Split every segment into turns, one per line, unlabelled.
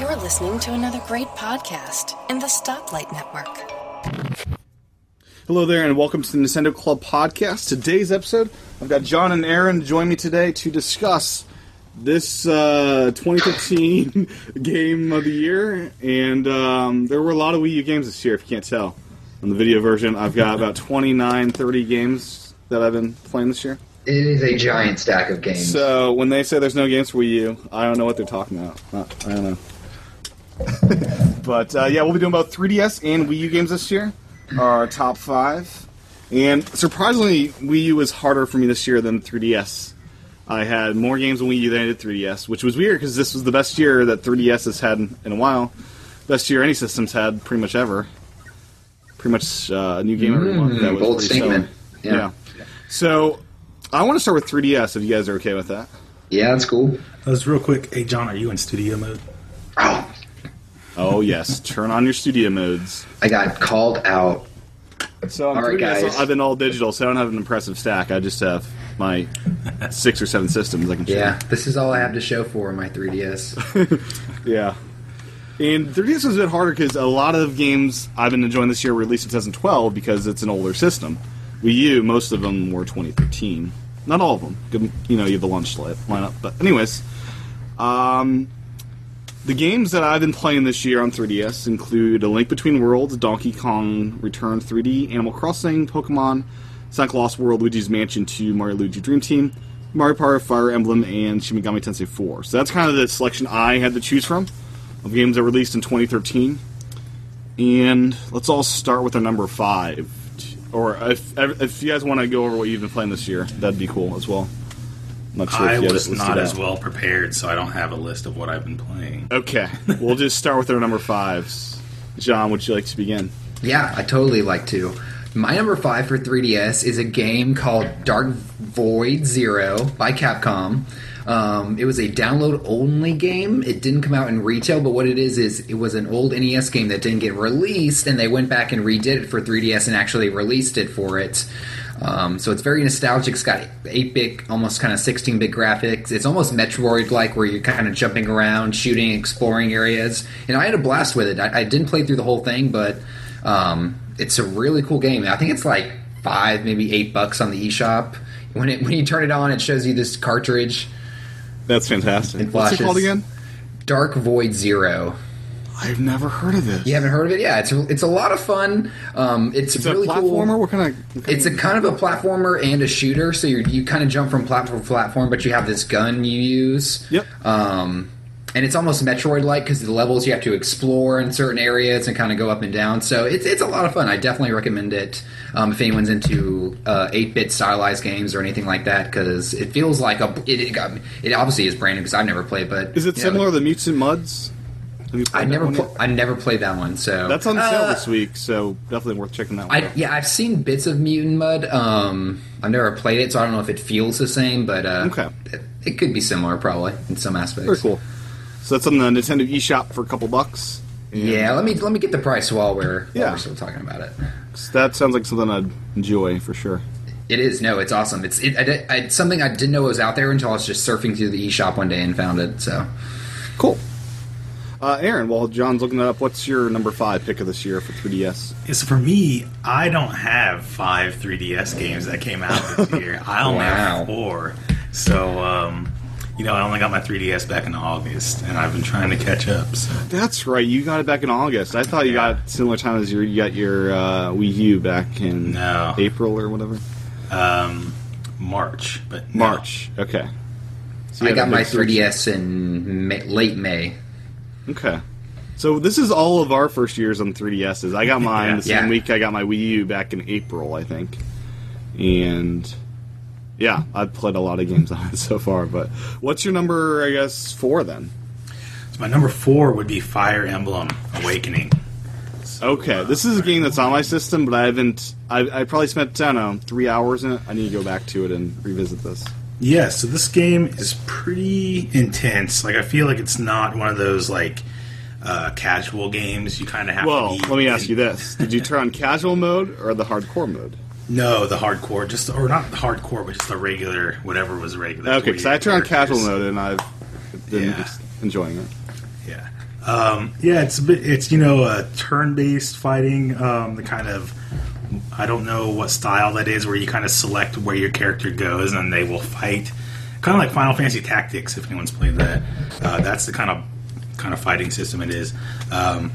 You're listening to another great podcast in the Stoplight Network.
Hello there, and welcome to the Nintendo Club Podcast. Today's episode, I've got John and Aaron to join me today to discuss this uh, 2015 game of the year. And um, there were a lot of Wii U games this year, if you can't tell. On the video version, I've got about 29, 30 games that I've been playing this year.
It is a giant stack of games.
So when they say there's no games for Wii U, I don't know what they're talking about. Not- I don't know. but uh, yeah, we'll be doing both 3DS and Wii U games this year. Our top five, and surprisingly, Wii U was harder for me this year than 3DS. I had more games on Wii U than I did 3DS, which was weird because this was the best year that 3DS has had in, in a while. Best year any system's had pretty much ever. Pretty much uh, a new game every month. That was
Hmm, bold
pretty selling.
statement. Yeah.
yeah. So I want to start with 3DS if you guys are okay with that.
Yeah, that's cool.
That was real quick. Hey, John, are you in studio mode?
Oh,
Oh yes, turn on your studio modes.
I got called out.
So on
All right,
3DS,
guys.
I've been all digital, so I don't have an impressive stack. I just have my six or seven systems I can show.
Yeah, this is all I have to show for my 3DS.
Yeah. And 3DS has been harder because a lot of games I've been enjoying this year were released in 2012 because it's an older system. Wii U, most of them were 2013. Not all of them. Good- You know, you have the launch li- lineup. But, anyways, um, the games that I've been playing this year on 3DS include A Link Between Worlds, Donkey Kong Return 3D, Animal Crossing, Pokemon, Sonic Lost World, Luigi's Mansion 2, Mario Luigi Dream Team, Mario Party, Fire Emblem, and Shin Megami Tensei 4. So that's kind of the selection I had to choose from of games that were released in 2013. And let's all start with our number five. Or if, if you guys want to go over what you've been playing this year, that'd be cool as well. I'm not sure
I
if you have
was
it listed
not
out.
as well prepared, so I don't have a list of what I've been playing.
Okay, we'll just start with our number fives. John, would you like to begin?
yeah, I totally like to. My number five for 3DS is a game called Dark Void Zero by Capcom. Um, it was a download only game. It didn't come out in retail, but what it is is it was an old NES game that didn't get released, and they went back and redid it for 3DS and actually released it for it. Um, so it's very nostalgic. It's got 8 bit, almost kind of 16 bit graphics. It's almost Metroid like, where you're kind of jumping around, shooting, exploring areas. And I had a blast with it. I, I didn't play through the whole thing, but um, it's a really cool game. I think it's like five, maybe eight bucks on the eShop. When, it, when you turn it on, it shows you this cartridge,
That's fantastic.
It
What's it
flashes.
called again?
Dark Void Zero.
I've never heard of this.
You haven't heard of it? Yeah, it's a, it's a lot of fun. Um, it's,
It's
really
a platformer.
cool.
What kind of? what kind
It's a
of-
kind of a platformer and a shooter, so you you kind of jump from platform to platform, but you have this gun you use.
Yep.
Um, and it's almost Metroid-like because the levels you have to explore in certain areas and kind of go up and down. So it's it's a lot of fun. I definitely recommend it um, if anyone's into uh, 8-bit stylized games or anything like that because it feels like a it it, got, it obviously is brand new because I've never played, but
Is it
you know,
similar to Mutes and Muds? Have you played
I
that
never
one
pl-
yet?
I never played that one. So
That's on sale
Uh,
this week, so definitely worth checking that one.
I,
out.
yeah, I've seen bits of Mutant Mud. Um, I've never played it, so I don't know if it feels the same, but uh,
Okay.
it, it could be similar probably in some aspects.
Very cool. So that's on the Nintendo eShop for a couple bucks. And
Yeah, let me let me get the price while we're
Yeah.
while we're still talking about it.
that sounds like something I'd enjoy for sure.
It is no, it's awesome. It's it, I, did- I, it's something I didn't know was out there until I was just surfing through the eShop one day and found it. So
Cool. Uh, Aaron, while John's looking that up, what's your number five pick of this year for E 3DS?
It's for me, I don't have five 3DS games that came out this year. I only
Wow.
have four. So, um, you know, I only got my 3DS back in August, and I've been trying to catch up. So.
That's right. You got it back in August. I thought you got similar time as your you got your uh, Wii U back in
No.
April or whatever.
Um, March, but no.
March. Okay. So you
I
had a
got
big
my
switch.
3DS in May, late May.
Okay. So this is all of our first years on 3DSs. I got mine the same
Yeah.
week I got my Wii U back in April, I think. And yeah, I've played a lot of games on it so far. But what's your number? I guess four then.
So my number four would be Fire Emblem Awakening.
Okay, this is a game that's on my system, but I haven't. I, I probably spent I don't know three hours in it. I need to go back to it and revisit this.
Yeah, so this game is pretty intense. Like I feel like it's not one of those like uh, casual games. You kind of have.
Well,
to be
let me ask
in-
you this: Did you turn on casual mode or the hardcore mode?
No, the hardcore, just or not the hardcore, but just the regular, whatever was regular.
Okay, because I turned on casual
Characters.
mode and I've been
Yeah.
enjoying it.
Yeah. Um, yeah, it's a bit, it's you know a turn-based fighting, um, the kind of I don't know what style that is, where you kind of select where your character goes and they will fight, kind of like Final Fantasy Tactics if anyone's played that. Uh, that's the kind of kind of fighting system it is. Um,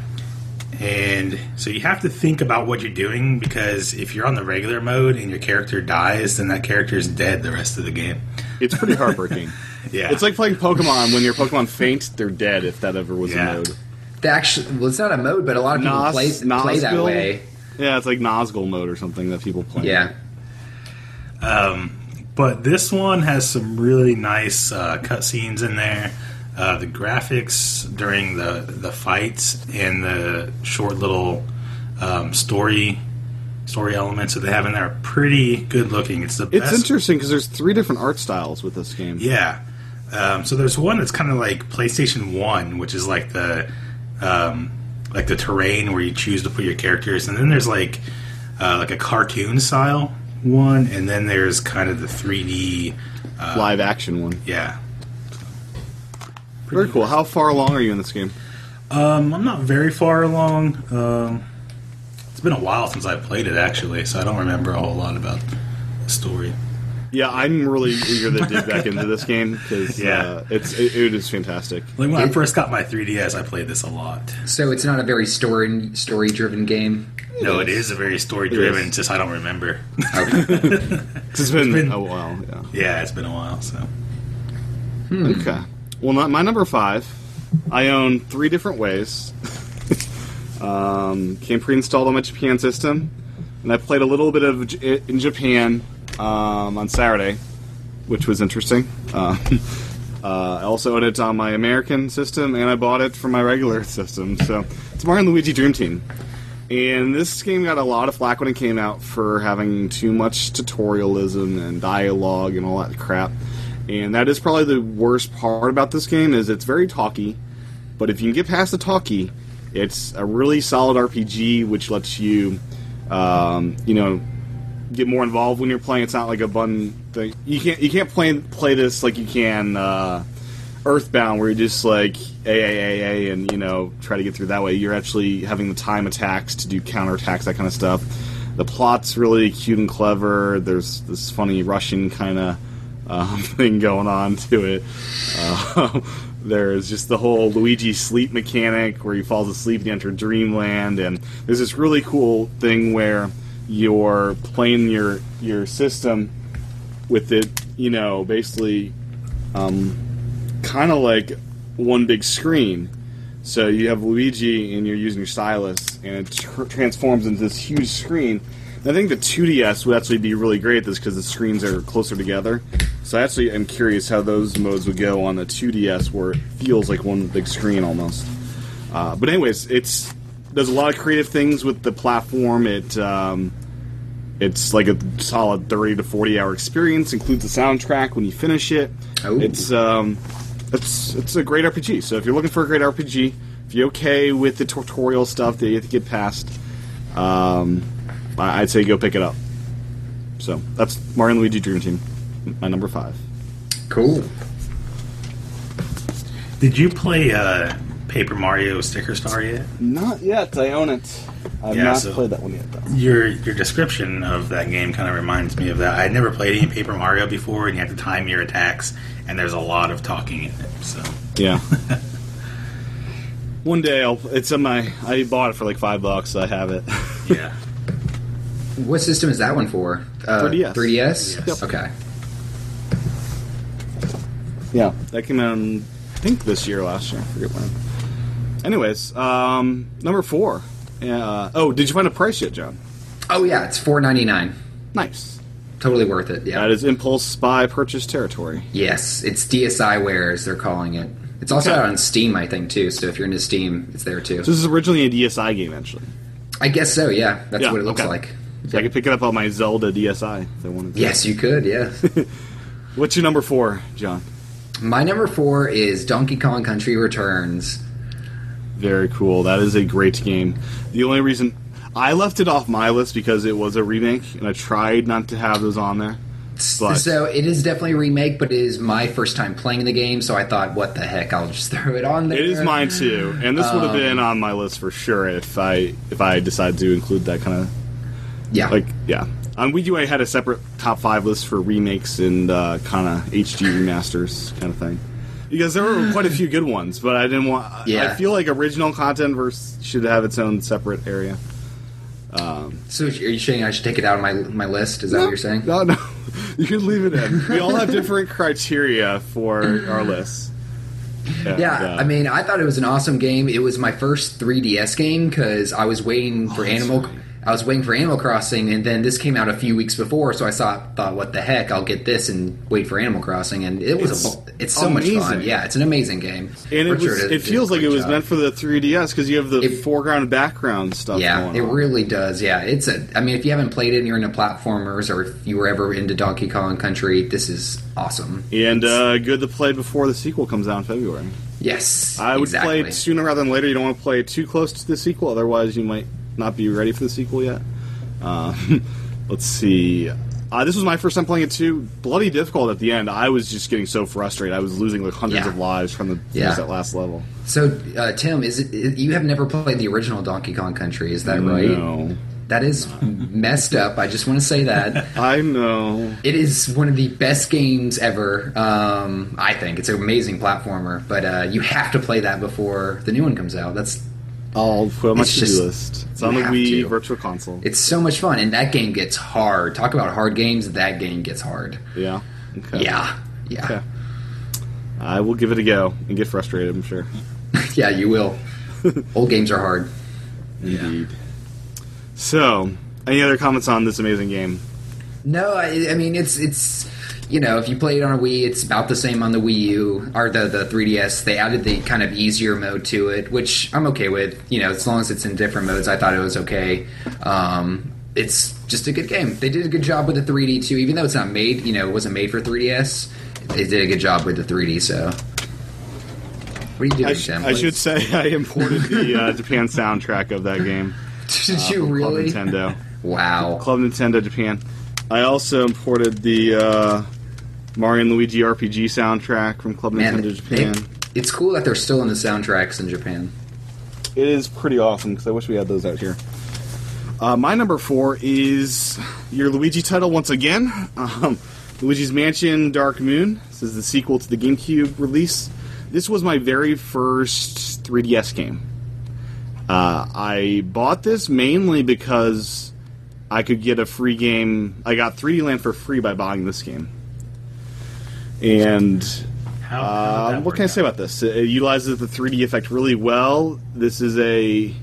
and so you have to think about what you're doing because if you're on the regular mode and your character dies, then that character is dead the rest of the game.
It's pretty heartbreaking.
Yeah.
It's like playing Pokemon. When your Pokemon faints, they're dead. If that ever was a
Yeah.
mode.
They actually, well, it's not a mode, but a lot of people
Nos-
play, play that
Nosgul?
way.
Yeah, it's like Nosgul mode or something that people play.
Yeah.
But this one has some really nice uh, cutscenes in there. Uh, the graphics during the the fights and the short little um, story story elements that they have in there are pretty good looking. It's the
It's
best.
interesting because there's three different art styles with this game.
yeah. Um, so there's one that's kind of like PlayStation One, which is like the um, like the terrain where you choose to put your characters, and then there's like uh, like a cartoon style one, and then there's kind of the 3D.
Live action one.
Yeah,
Very cool. How far along are you in this game?
Um, I'm not very far along. Um, it's been a while since I played it, actually, so I don't remember a whole lot about the story.
Yeah, I'm really eager to dig back into this game because
Yeah.
uh, it's it, it is fantastic.
Like when I first got my 3DS, I played this a lot.
So it's not a very story story driven game.
No, it is a very story
It
driven.
is.
It's just I don't remember.
Okay.
'Cause It's been,
been-
a while. Yeah.
yeah, it's been a while. So
Okay. Well, not my number five. I own three different ways. um, came pre-installed on my Japan system, and I played a little bit of J- in Japan um, on Saturday, which was interesting. Uh, uh, I also own it on my American system, and I bought it for my regular system. So it's Mario and Luigi Dream Team. And this game got a lot of flack when it came out for having too much tutorialism and dialogue and all that crap. And that is probably the worst part about this game is it's very talky, but if you can get past the talky, it's a really solid RPG which lets you, um, you know, get more involved when you're playing. It's not like a bun thing. You can't you can't play play this like you can uh, Earthbound, where you just like a a a a and you know try to get through that way. You're actually having the time attacks to do counter attacks, that kind of stuff. The plot's really cute and clever. There's this funny Russian kind of um, thing going on to it. Uh, there's just the whole Luigi sleep mechanic where he falls asleep and you enter dreamland, and there's this really cool thing where you're playing your your system with it, you know, basically um, kind of like one big screen. So you have Luigi and you're using your stylus, and it tr- transforms into this huge screen. And I think the 2DS would actually be really great at this because the screens are closer together. So I actually am curious how those modes would go on the 2DS where it feels like one big screen almost. Uh, but anyways, it's there's a lot of creative things with the platform. It um, it's like a solid 30 to 40 hour experience. Includes the soundtrack when you finish it.
Oh.
It's um, it's it's a great RPG. So if you're looking for a great RPG, if you're okay with the tutorial stuff that you have to get past, um, I- I'd say go pick it up. So that's Mario and Luigi Dream Team, my number five.
cool.
did you play uh, Paper Mario Sticker Star yet?
Not yet. I own it. I've
Yeah,
not
so-
played that one yet though.
Your your description of that game kind of reminds me of that. I'd never played any Paper Mario before, and you have to time your attacks, and there's a lot of talking in it. So
Yeah. One day I'll. It's on my. I bought it for like five bucks. So I have it.
yeah,
What system is that one for? Uh,
3DS.
3DS?
Yep.
Okay.
yeah, that came out. in, I think this year, or last year. I forget when. Anyways, um, number four. Uh, oh, did you find a price yet, John?
Oh yeah, it's 4.99.
Nice.
Totally worth it. Yeah.
That is impulse spy purchase territory.
Yes, it's DSI wares they're calling it. It's also
Okay.
out on Steam, I think, too. So if you're into Steam, it's there too.
So this is originally a DSi game, actually.
I guess so. Yeah, that's
Yeah,
what it looks
okay.
like.
So I could pick it up on my Zelda DSi if I wanted. to.
Yes, you could. Yeah.
What's your number four, John?
My number four is Donkey Kong Country Returns.
Very cool. That is a great game. The only reason I left it off my list because it was a remake, and I tried not to have those on there. Slice.
So it is definitely a remake, but it is my first time playing the game, so I thought, what the heck, I'll just throw it on there.
It is mine too, and this would have been on my list for sure if I if I decide to include that kind of
Yeah.
like yeah. On Wii U, I had a separate top five list for remakes and uh, kind of HD remasters kind of thing because there were quite a few good ones, but I didn't want. I
Yeah.
feel like original content versus should have its own separate area.
so are you saying I should take it out of my my list? Is that what you're saying?
No, no, you can leave it in. We all have different criteria for our lists. uh,
Yeah,
yeah.
I mean, I thought it was an awesome game. It was my first 3DS game because I was
Oh,
waiting for Animal. I was waiting for Animal Crossing, and then this came out a few weeks before, so I saw, thought, "What the heck? I'll get this and wait for Animal Crossing." And it was
It's
a, bu- it's so
amazing.
much fun. Yeah, it's an amazing game.
And it,
Richard
was,
did-
it
did
feels
a
like it
great
was
job.
meant for the 3DS because you have the
It-
foreground and background stuff.
Yeah,
going
it
on.
really does. Yeah, it's a. I mean, if you haven't played it and you're into platformers, or if you were ever into Donkey Kong Country, this is awesome.
And
It's-
uh, good to play before the sequel comes out in February.
yes,
I would
exactly.
play it sooner rather than later. You don't want to play it too close to the sequel, otherwise you might not be ready for the sequel yet. Uh, let's see. Uh, this was my first time playing it too. Bloody difficult at the end. I was just getting so frustrated. I was losing like hundreds
Yeah.
of lives from the
Yeah.
that last level.
So, uh, Tim, is it, you have never played the original Donkey Kong Country? Is that right?
No.
That is messed up. I just want to say that
I know.
it is one of the best games ever. Um, I think it's an amazing platformer, but uh, you have to play that before the new one comes out. That's
I'll put it on my
It's
to-do
just-
list. It's
you
on the
have
Wii
to.
Virtual Console.
it's so much fun, and that game gets hard. Talk about hard games. That game gets hard.
yeah. Okay.
Yeah, yeah,
Okay. I will give it a go and get frustrated. I'm sure.
yeah. You will. Old games are hard.
Indeed. So, any other comments on this amazing game?
No, I, I mean it's it's you know if you play it on a Wii, it's about the same on the Wii U or the the 3DS. They added the kind of easier mode to it, which I'm okay with. You know, as long as it's in different modes, I thought it was okay. Um, it's just a good game. They did a good job with the 3D too, even though it's not made. You know, it wasn't made for 3DS. They did a good job with the 3D. So, what are you doing,
I, sh-
Tim?
I should say I imported the uh, Japan soundtrack of that game.
Did
from
you
Club
really?
Nintendo.
Wow.
Club Nintendo Japan. I also imported the uh, Mario and Luigi RPG soundtrack from Club
Man,
Nintendo
they-
Japan.
it's cool that they're still in the soundtracks in Japan.
It is pretty awesome because I wish we had those out here. Uh, my number four is your Luigi title once again. Um, Luigi's Mansion Dark Moon. This is the sequel to the GameCube release. This was my very first 3DS game. Uh, I bought this mainly because I could get a free game. I got 3D Land for free by buying this game. And
How, how did
uh,
that
what can I
work
say
out?
about this? It utilizes the 3D effect really well. This is a.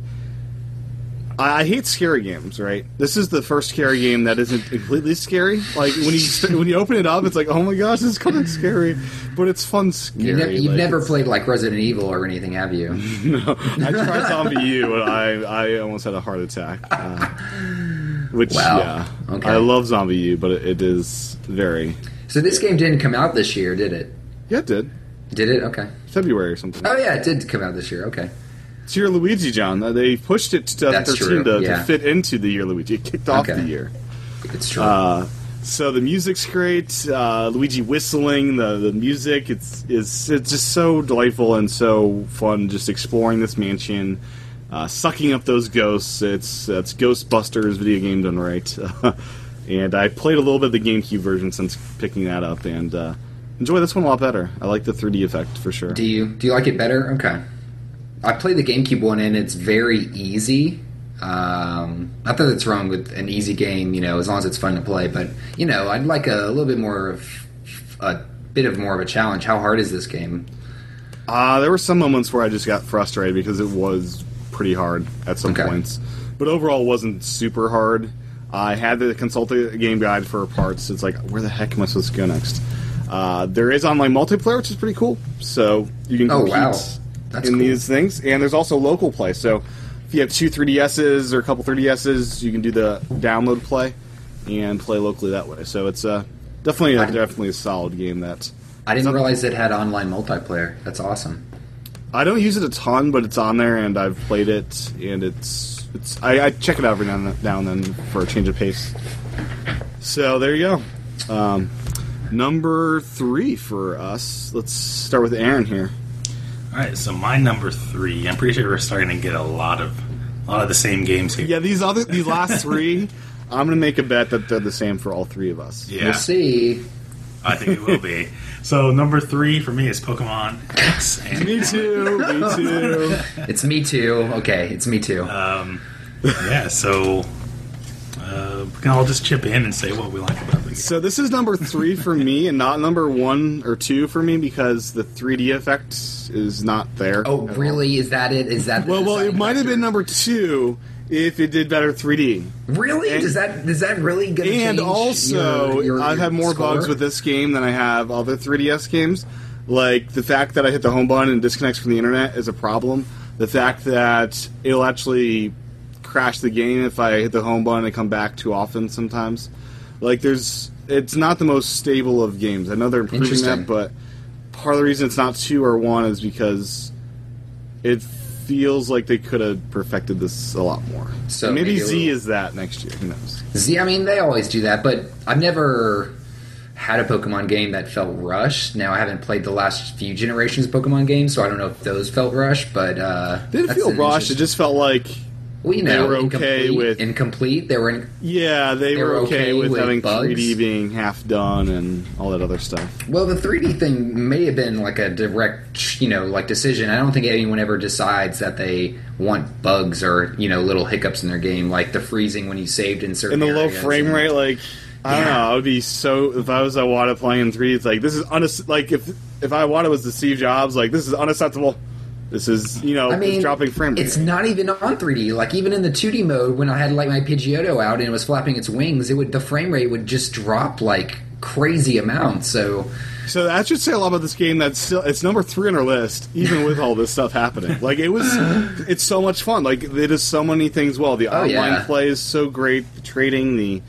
I I hate scary games, right? This is the first scary game that isn't completely scary. Like when you st- when you open it up, it's like, oh my gosh, this is kind of scary, but it's fun scary.
You ne- you've
like,
never
it's-
played like Resident Evil or anything, have you?
I tried Zombie U, and I I almost had a heart attack. Uh, which
Wow.
yeah,
Okay.
I love Zombie U, but it, it is very.
so this game didn't come out this year, did it?
Yeah, it did
Did it? Okay.
February or something.
Oh yeah, it did come out this year. Okay.
It's year Luigi, John. Uh, They pushed it to
That's
2013
true,
to,
yeah.
to fit into the year Luigi. It kicked off
Okay.
the year.
It's true.
Uh, so the music's great. Uh, Luigi whistling the the music. It's it's it's just so delightful and so fun. Just exploring this mansion, uh, sucking up those ghosts. It's it's Ghostbusters video game done right. and I played a little bit of the GameCube version since picking that up and uh, enjoy this one a lot better. I like the 3D effect for sure.
do you do you like it better? Okay. I played the GameCube one and it's very easy. Um, not that it's wrong with an easy game, you know, as long as it's fun to play. But you know, I'd like a, little bit more of a bit of more of a challenge. How hard is this game?
Uh, there were some moments where I just got frustrated because it was pretty hard at some
Okay.
points, but overall it wasn't super hard. I had to consult a game guide for parts. It's like, where the heck am I supposed to go next? Uh, there is online multiplayer, which is pretty cool. So you can
Oh,
compete
wow. That's
in
cool.
these things, and there's also local play. So if you have two 3DSs or a couple 3DSs, you can do the download play and play locally that way. So it's uh, definitely a,
I-
definitely a solid game that
I didn't realize it had online multiplayer. That's awesome.
I don't use it a ton, but it's on there, and I've played it, and it's it's. I, I check it out every now and, now and then for a change of pace. So there you go. Um, Number three for us. Let's start with Aaron here.
All right, so my number three. I'm pretty sure we're starting to get a lot of a lot of the same games here.
Yeah, these other these last three, I'm gonna make a bet that they're the same for all three of us.
Yeah.
We'll see.
I think it will be. so number three for me is Pokemon X. And,
Me too. Me too.
It's me too. Okay, it's me too.
yeah, so uh, we can all just chip in and say what we like about this.
So this is number three for me, and not number one or two for me because the 3D effect is not there.
oh,
at all.
really? Is that it? Is that the
Well, well, it
deciding
might have
factor?
been number two if it did better 3D.
Really?
and-
does that does that really get
And also, I've had more bugs with this game than I have other 3DS games. Like the fact that I hit the home button and disconnects from the internet is a problem. The fact that it'll actually crash the game if I hit the home button and come back too often sometimes. Like there's, it's not the most stable of games. I know they're improving that,
Interesting.
but part of the reason it's not two or one is because it feels like they could have perfected this a lot more.
So
And maybe,
maybe a
Z
little-
is that next year. Who knows?
See, I mean, they always do that, but I've never had a Pokemon game that felt rushed. Now, I haven't played the last few generations of Pokemon games, so I don't know if those felt rushed, but uh,
It didn't
that's
feel
an
rushed. It
interest-
just felt like,
well, you know,
they were okay
incomplete,
with-
incomplete. They were in,
yeah, they, were okay, with, having
bugs.
3D being half done and all that other stuff.
Well, the 3D thing may have been like a direct, you know, like decision. I don't think anyone ever decides that they want bugs or you know little hiccups in their game, like the freezing when you saved in certain
And the low
areas
frame
and-
rate, like I don't
Yeah.
know, I would be so if I was Iwata playing in 3D, it's like this is unac- like if if Iwata was the Steve Jobs, like this is unacceptable. This is you know
I mean,
it's dropping frame rate.
It's not even on 3D. Like even in the 2D mode, when I had like my Pidgeotto out and it was flapping its wings, it would the frame rate would just drop like crazy amounts. So
So that should say a lot about this game. That's still it's number three on our list, even with all this stuff happening. Like it was, it's so much fun. Like it does so many things well. The online
Oh, yeah.
play is so great. The trading, the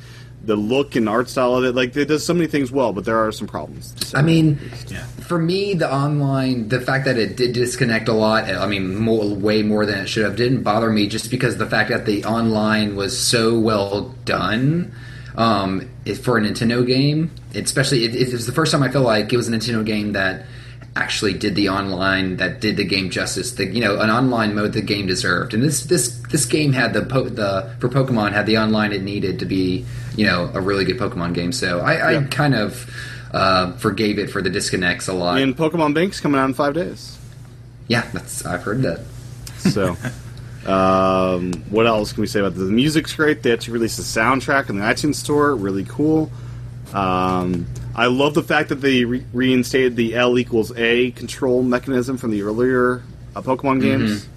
the look and art style of it. Like it does so many things well, but there are some problems.
I mean,
Yeah.
for me, the online, the fact that it did disconnect a lot, I mean, more, way more than it should have, didn't bother me just because the fact that the online was so well done um, it, for a Nintendo game, especially, it, it was the first time I felt like it was a Nintendo game that actually did the online that did the game justice the you know an online mode the game deserved and this this this game had the po- the for pokemon had the online it needed to be you know a really good pokemon game so i, I
Yeah.
kind of uh, forgave it for the disconnects a lot
And Pokemon Bank's coming out in five days.
yeah that's i've heard that
So, um, what else can we say about this? The music's great. They actually released a soundtrack on the iTunes store. Really cool. Um, I love the fact that they re- reinstated the L equals A control mechanism from the earlier uh, Pokemon
Mm-hmm.
games.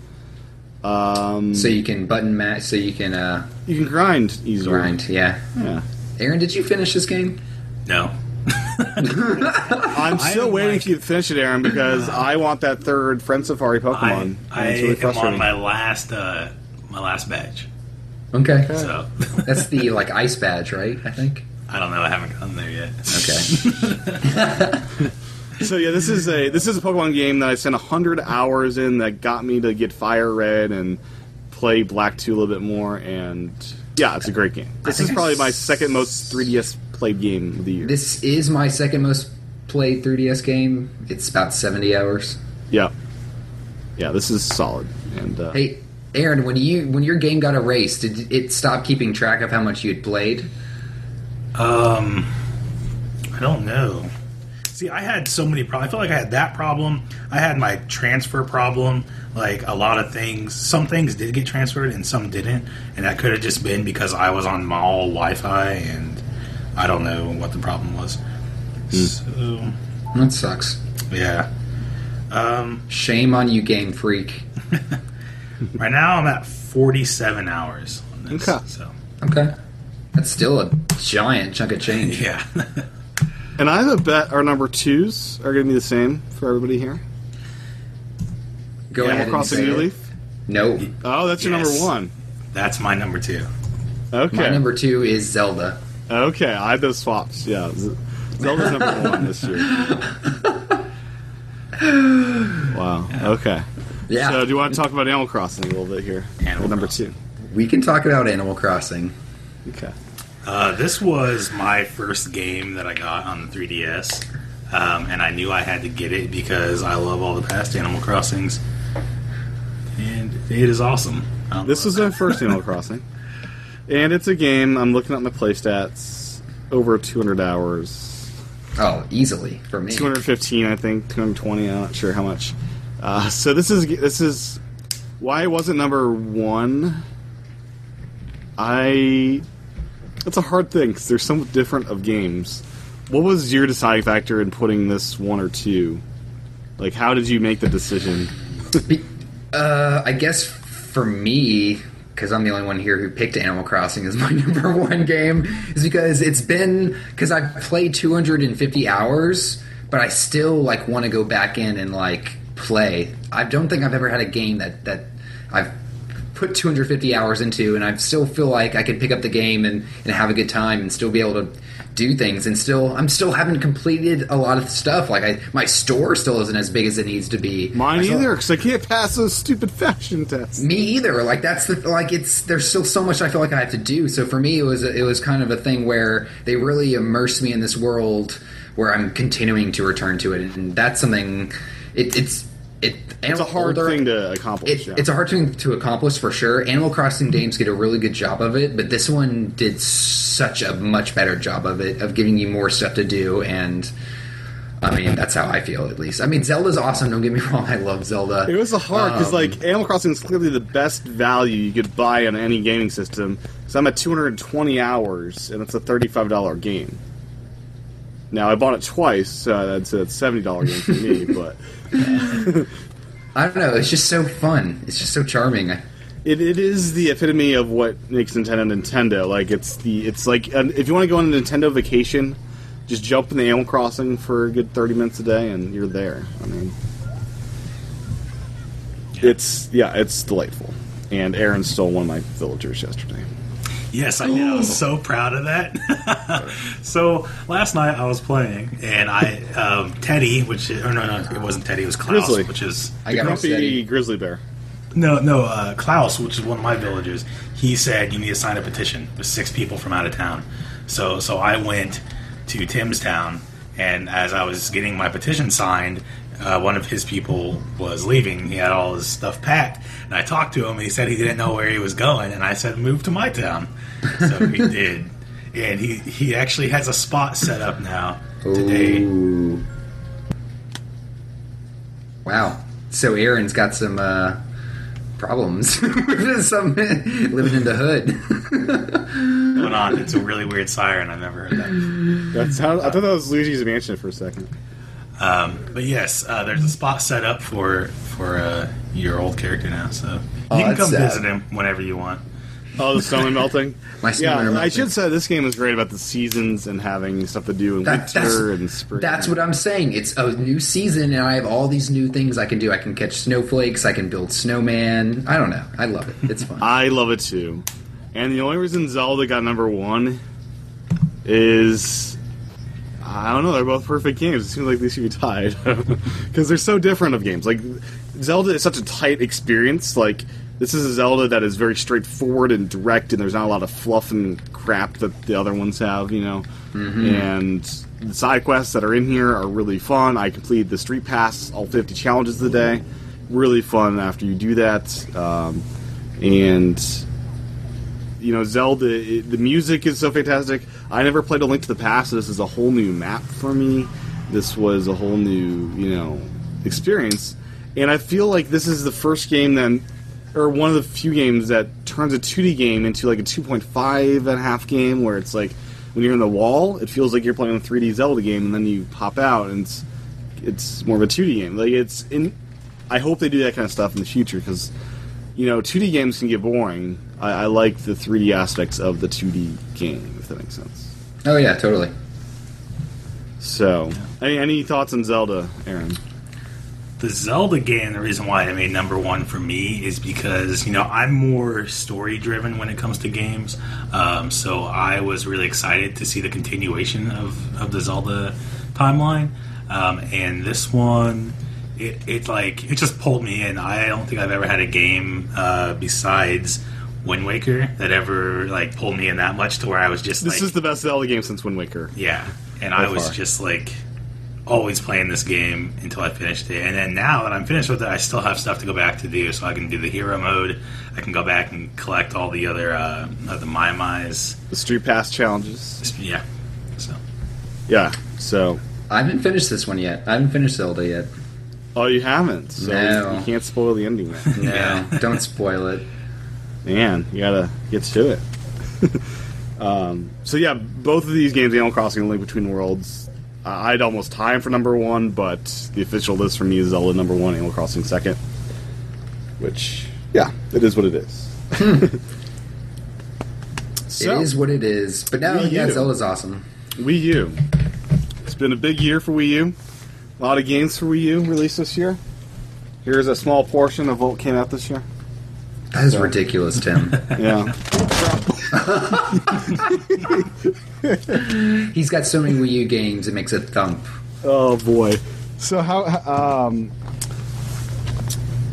Um,
so you can button match so you can uh,
you can grind easier.
grind yeah
Yeah.
aaron did you finish this game
No.
I'm still
am
waiting
like-
for you to finish it, Aaron, because I want that third Friend Safari Pokemon.
I, I
And it's really
am on
frustrating.
my last uh, my last batch.
okay
So
that's the like ice badge right i think
I don't know. I haven't gotten there yet.
okay
So yeah, this is a this is a Pokemon game that I spent hundred hours in that got me to get Fire Red and play Black Two a little bit more. And yeah, it's a great game. This is probably my second most 3DS played game of the year.
this is my second most played 3ds game it's about 70 hours
yeah, yeah, this is solid. And uh,
hey aaron when you when your game got erased did it stop keeping track of how much you had played
Um, I don't know. See, I had so many problems. I feel like I had that problem. I had my transfer problem. Like a lot of things, some things did get transferred and some didn't, and that could have just been because I was on mall Wi-Fi, and I don't know what the problem was.
that sucks
So yeah,
shame on you game freak
right now I'm at 47 hours on this.
Okay.
So
okay that's still a giant chunk of change
yeah,
and I have a bet our number twos are going to be the same for everybody here.
go ahead
Animal
and
Crossing
say
New
it.
Leaf.
no
Oh, that's your
Yes.
number one.
that's my number two.
Okay.
my number two is zelda
Okay, I had those swaps. Yeah, Z- Zelda's number one this year. Wow. Okay.
Yeah.
So, do you want to talk about Animal Crossing a little bit here?
Animal
Or number
Crossing.
two.
we can talk about animal crossing
Okay.
Uh, this was my first game that I got on the 3DS, um, and I knew I had to get it because I love all the past Animal Crossings, and it is awesome. Um, I
This
love
is my first Animal Crossing, and it's a game. I'm looking at my play stats. Over 200 hours,
Oh, easily for me.
215, I think, 220. I'm not sure how much. Uh, so this is this is why it wasn't number one. I it's a hard thing because there's so much different of games. What was your deciding factor in putting this one or two? Like, how did you make the decision?
Be- uh, I guess for me, because I'm the only one here who picked Animal Crossing as my number one game, is because it's been because I've played 250 hours, but I still like want to go back in and like play. I don't think I've ever had a game that that I've put 250 hours into, and I still feel like I could pick up the game and and have a good time and still be able to do things and still I'm still haven't completed a lot of stuff like I my store still isn't as big as it needs to be
Mine
I still-
either, because I can't pass those stupid fashion tests.
me either. Like that's the like it's there's still so much I feel like I have to do. So for me, it was it was kind of a thing where they really immerse me in this world where I'm continuing to return to it, and that's something. It, it's it.
It's a hard thing to accomplish.
It,
yeah.
It's a hard thing to accomplish for sure. Animal Crossing games get a really good job of it, but this one did such a much better job of it, of giving you more stuff to do. And I mean, that's how I feel at least. I mean, Zelda's awesome. Don't get me wrong. I love Zelda.
It was a hard because
Um,
like Animal Crossing is clearly the best value you could buy on any gaming system. Because I'm at 220 hours and it's a 35 dollar game. Now I bought it twice, so that's a 70 dollar game for me. But
I don't know. It's just so fun. It's just so charming. I-
it, it is the epitome of what makes Nintendo Nintendo. Like it's the it's like an, if you want to go on a Nintendo vacation, just jump in the Animal Crossing for a good 30 minutes a day and you're there. I mean, it's yeah, it's delightful. And Aaron stole one of my villagers yesterday.
Yes, I did. I was so proud of that. so last night I was playing, and I um, Teddy, which or no, no, it wasn't Teddy, it was Klaus,
Grizzly.
which is
I got
Grumpy
upset.
grizzly bear.
no, no, uh, Klaus, which is one of my villagers. He said you need to sign a petition. There's six people from out of town, so so I went to Tim's town, and as I was getting my petition signed. Uh, one of his people was leaving. He had all his stuff packed, and I talked to him. and He said he didn't know where he was going, and I said, "Move to my town." So he did, and he he actually has a spot set up now today.
Ooh. Wow. So Aaron's got some uh, problems. some living in the hood.
going on. It's a really weird siren. I've never heard that.
That's how I thought that was Luigi's Mansion for a second.
Um, but yes, uh, there's a spot set up for for uh, your old character now, so
Oh,
you can
that's
come
sad.
visit him whenever you want.
Oh, the snowman melting.
My
yeah,
snowman
I
melting.
should say this game is great about the seasons and having stuff to do in
That- that's,
winter and spring.
that's what I'm saying. It's a new season, and I have all these new things I can do. I can catch snowflakes. I can build snowman. I don't know. I love it. It's fun.
I love it too. And the only reason Zelda got number one is I don't know. They're both perfect games. It seems like they should be tied because they're so different of games. Like Zelda is such a tight experience. Like this is a Zelda that is very straightforward and direct, and there's not a lot of fluff and crap that the other ones have. You know, and the side quests that are in here are really fun. I completed the street pass, all 50 challenges of the day. Really fun after you do that. Um, and you know Zelda. It, the music is so fantastic. I never played A Link to the Past, so this is a whole new map for me. This was a whole new you know experience, and I feel like this is the first game that, or one of the few games that turns a 2D game into like a 2.5 and a half game, where it's like when you're in the wall, it feels like you're playing a 3D Zelda game, and then you pop out, and it's it's more of a 2D game. Like it's in. I hope they do that kind of stuff in the future because you know, 2D games can get boring. I, I like the 3D aspects of the 2D game, if that makes sense.
oh yeah, totally.
So, any, any thoughts on Zelda, Aaron?
The Zelda game, the reason why it made number one for me is because, you know, I'm more story driven when it comes to games. Um, so I was really excited to see the continuation of, of the Zelda timeline. Um, and this one, it, it like, it just pulled me in. I don't think I've ever had a game uh, besides Wind Waker that ever like pulled me in that much to where I was just
This
like,
is the best Zelda game since Wind Waker.
yeah, and I was
far.
just like always playing this game until I finished it. And then now that I'm finished with it, I still have stuff to go back to do. So I can do the hero mode. I can go back and collect all the other uh, uh, the Mai Mai's.
The Street Pass challenges.
Yeah, so
Yeah. So,
I haven't finished this one yet. I haven't finished Zelda yet.
oh, you haven't. So
No.
you can't spoil the ending. Yet.
No,
Yeah.
don't spoil it.
Man, you gotta get to it. um, so yeah, both of these games, Animal Crossing and Link Between Worlds, I- I'd almost tie 'em for number one, but the official list for me is Zelda number one, Animal Crossing second. Which, yeah, it is what it is. so,
it is what it is. But now,
Wii
yeah,
U.
Zelda's awesome.
Wii U. It's been a big year for Wii U. A lot of games for Wii U released this year. Here's a small portion of what came out this year.
That is ridiculous, Tim.
Yeah.
He's got so many Wii U games, it makes a thump.
Oh boy. So how? Um,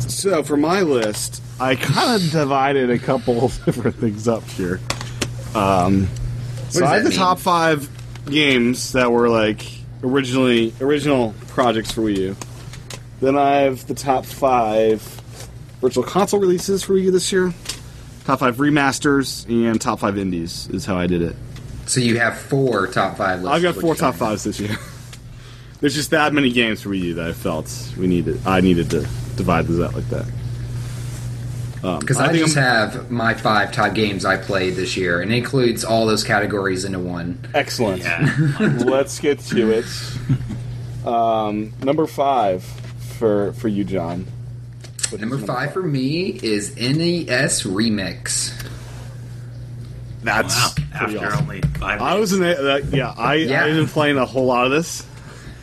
so for my list, I kind of divided a couple different things up here. Um, so
does
I have
that
the
mean?
top five games that were like originally original projects for Wii U. Then I have the top five virtual console releases for Wii U this year. Top five remasters and top five indies is how I did it.
So you have four top five lists.
I've got
which
four
I-
top fives this year. There's just that many games for Wii U that I felt we needed. I needed to divide this out like that.
Because
I
I,
think
just
I'm-
have my five top games I played this year, and it includes all those categories into one.
Excellent.
yeah.
Let's get to it. Um, number five for for you, John. What
Number
is
five for me is NES Remix.
That's
wow.
pretty
After
awesome.
only five,
I was in a, that. Yeah, I
Yeah.
I've been playing a whole lot of this,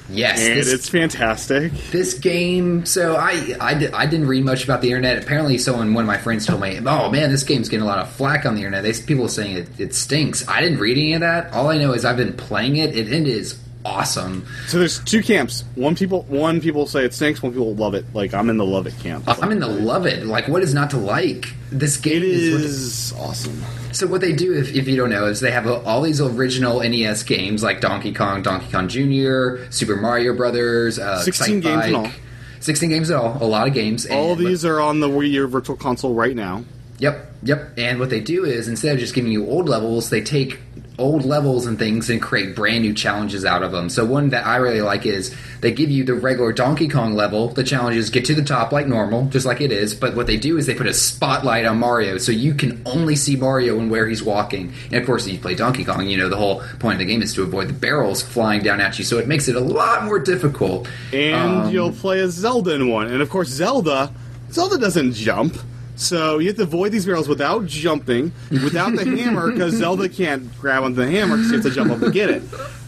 Yes,
and
this,
it's fantastic.
this game. So I I, di- I didn't read much about the internet. Apparently, someone one of my friends told me, "Oh man, this game's getting a lot of flack on the internet. They people saying it, it stinks." I didn't read any of that. All I know is I've been playing it, and it is awesome.
So there's two camps. One people one people say it stinks. One people love it. Like I'm in the love it camp.
I'm in the love it. Like, what is not to like? This game
It
is what-
is awesome.
So what they do, if, if you don't know, is they have uh, all these original NES games like Donkey Kong, Donkey Kong Jr., Super Mario Brothers, uh,
16
Excitebike.
games in all.
sixteen games at all, a lot of games.
All
and-
these are on the Wii U Virtual Console right now.
Yep, yep. And what they do is instead of just giving you old levels, they take old levels and things and create brand new challenges out of them. So one that I really like is they give you the regular Donkey Kong level. The challenge is get to the top like normal, just like it is. But what they do is they put a spotlight on Mario, so you can only see Mario and where he's walking. And of course, if you play Donkey Kong, you know the whole point of the game is to avoid the barrels flying down at you. So it makes it a lot more difficult.
And you'll play as Zelda in one. And of course, Zelda, Zelda doesn't jump. So you have to avoid these barrels without jumping, without the hammer, because Zelda can't grab onto the hammer because you have to jump up and get it.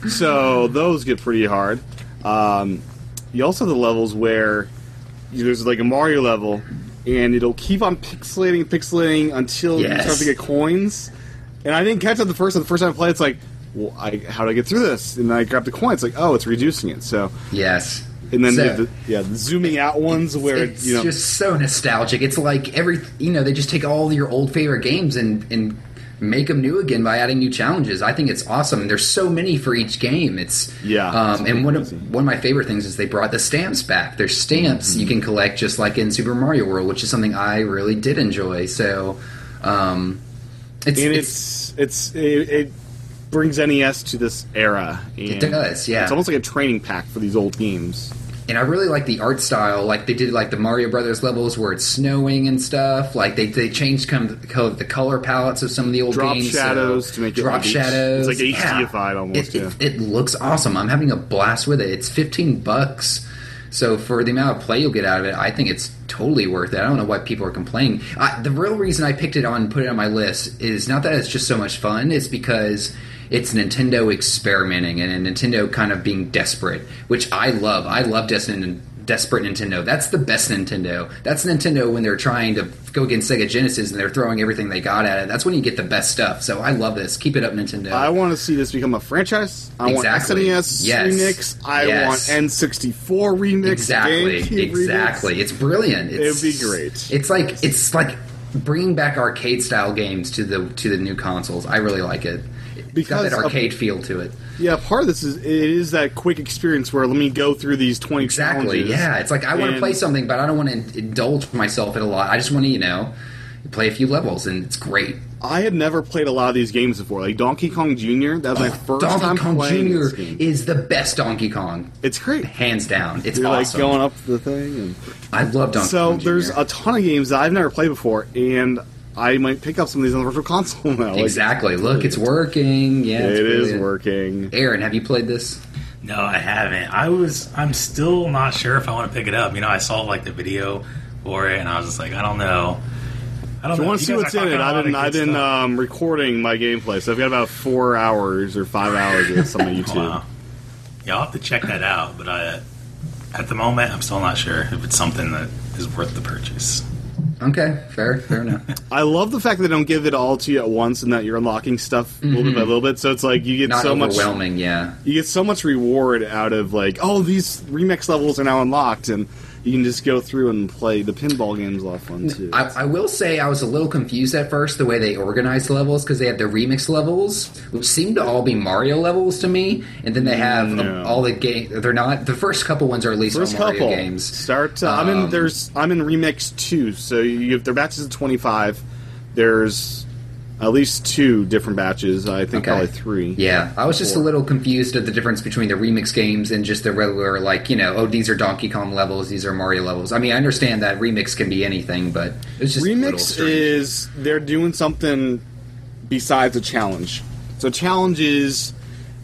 So those get pretty hard. Um, you also have the levels where you- there's like a Mario level, and it'll keep on pixelating, pixelating until you start
Yes.
to get coins. And I didn't catch it the first. The first time I played, it's like, well, I, how do I get through this? And I grabbed the coin. It's like, oh, it's reducing it. So
Yes.
and then
So-
you have the, yeah, the zooming out ones where
it's
you know
just so nostalgic. It's like every you know they just take all your old favorite games and and make them new again by adding new challenges. I think it's awesome. There's so many for each game. It's
Yeah, it's
Um,
pretty
and one
crazy.
of one of my favorite things is they brought the stamps back. There's stamps
Mm-hmm.
you can collect just like in Super Mario World, which is something I really did enjoy. So. Um, it's,
and
it's
it's it's it, it brings NES to this era. And it
does, yeah.
It's almost like a training pack for these old games.
and I really like the art style. Like they did like the Mario Brothers levels where it's snowing and stuff. Like they they changed kind of the color, the color palettes of some of the old
Drop
games. so-
shadows to make it
drop
like H-
shadows.
it's like HDified almost,
It, it, it looks awesome. I'm having a blast with it. It's 15 bucks. So for the amount of play you'll get out of it, I think it's totally worth it. I don't know why people are complaining. I, the real reason I picked it on and put it on my list is not that it's just so much fun. It's because it's Nintendo experimenting and Nintendo kind of being desperate, which I love. I love Destiny. Desperate Nintendo. That's the best Nintendo. That's Nintendo when they're trying to go against Sega Genesis and they're throwing everything they got at it. That's when you get the best stuff. So I love this. Keep it up, Nintendo.
I want to see this become a franchise. I
Exactly.
want SNES
Yes.
remix. I
Yes.
want N64 remix.
Exactly.
GameCube remix.
Exactly. It's brilliant. It's,
It'd be great.
It's like it's like bringing back arcade style games to the to the new consoles. I really like it. It's got
Because
that
of-
arcade feel to it.
Yeah, part of this is it is that quick experience where let me go through these twenty
Exactly.
challenges.
Yeah, it's like I want to
and-
play something, but I don't want to indulge myself in a lot. I just want to, you know, play a few levels, and it's great.
I had never played a lot of these games before. Like Donkey Kong Jr. That was my first time
Oh, Donkey Kong
playing this
Jr.
game.
is the best Donkey Kong,
it's great.
hands down. It's
You're
awesome.
like going up the thing, and
I love Donkey
so
Kong. Jr.
there's a ton of games that I've never played before, and I might pick up some of these on the virtual console now. Like,
exactly. Look, it's working. Yeah, it's
it is
brilliant.
working.
Aaron, have you played this?
No, I haven't. I was. I'm still not sure if I want to pick it up. You know, I saw like the video for it, and I was just like, I don't know. I don't
If you
know.
want to see
guys
what's
are
in it,
talking a lot
I've
of
been
good
I've been
stuff.
um, recording my gameplay, so I've got about four hours or five hours of some on YouTube.
Wow. Yeah, I'll have to check that out. But I, at the moment, I'm still not sure if it's something that is worth the purchase.
Okay, fair, fair enough.
I love the fact that they don't give it all to you at once, and that you're unlocking stuff little bit by little bit. So it's like you get
Mm-hmm. Not
so much
overwhelming. Yeah,
you get so much reward out of like oh these remix levels are now unlocked, and you can just go through and play the pinball games a lot of fun too.
I, I will say I was a little confused at first the way they organized levels because they had the remix levels, which seemed to all be Mario levels to me, and then they have um,
No.
all the game. They're not the first couple ones are at least
First
all Mario
couple
games.
start. Uh, I'm in.
Um,
There's. I'm in remix two. So you have their batches of 25. There's at least two different batches. I think
Okay.
probably three.
Yeah, I was just
Four.
a little confused of the difference between the remix games and just the regular, like you know, oh these are Donkey Kong levels, these are Mario levels. I mean, I understand that remix can be anything, but it's just a little
remix
strange.
is they're doing something besides a challenge. So challenge is,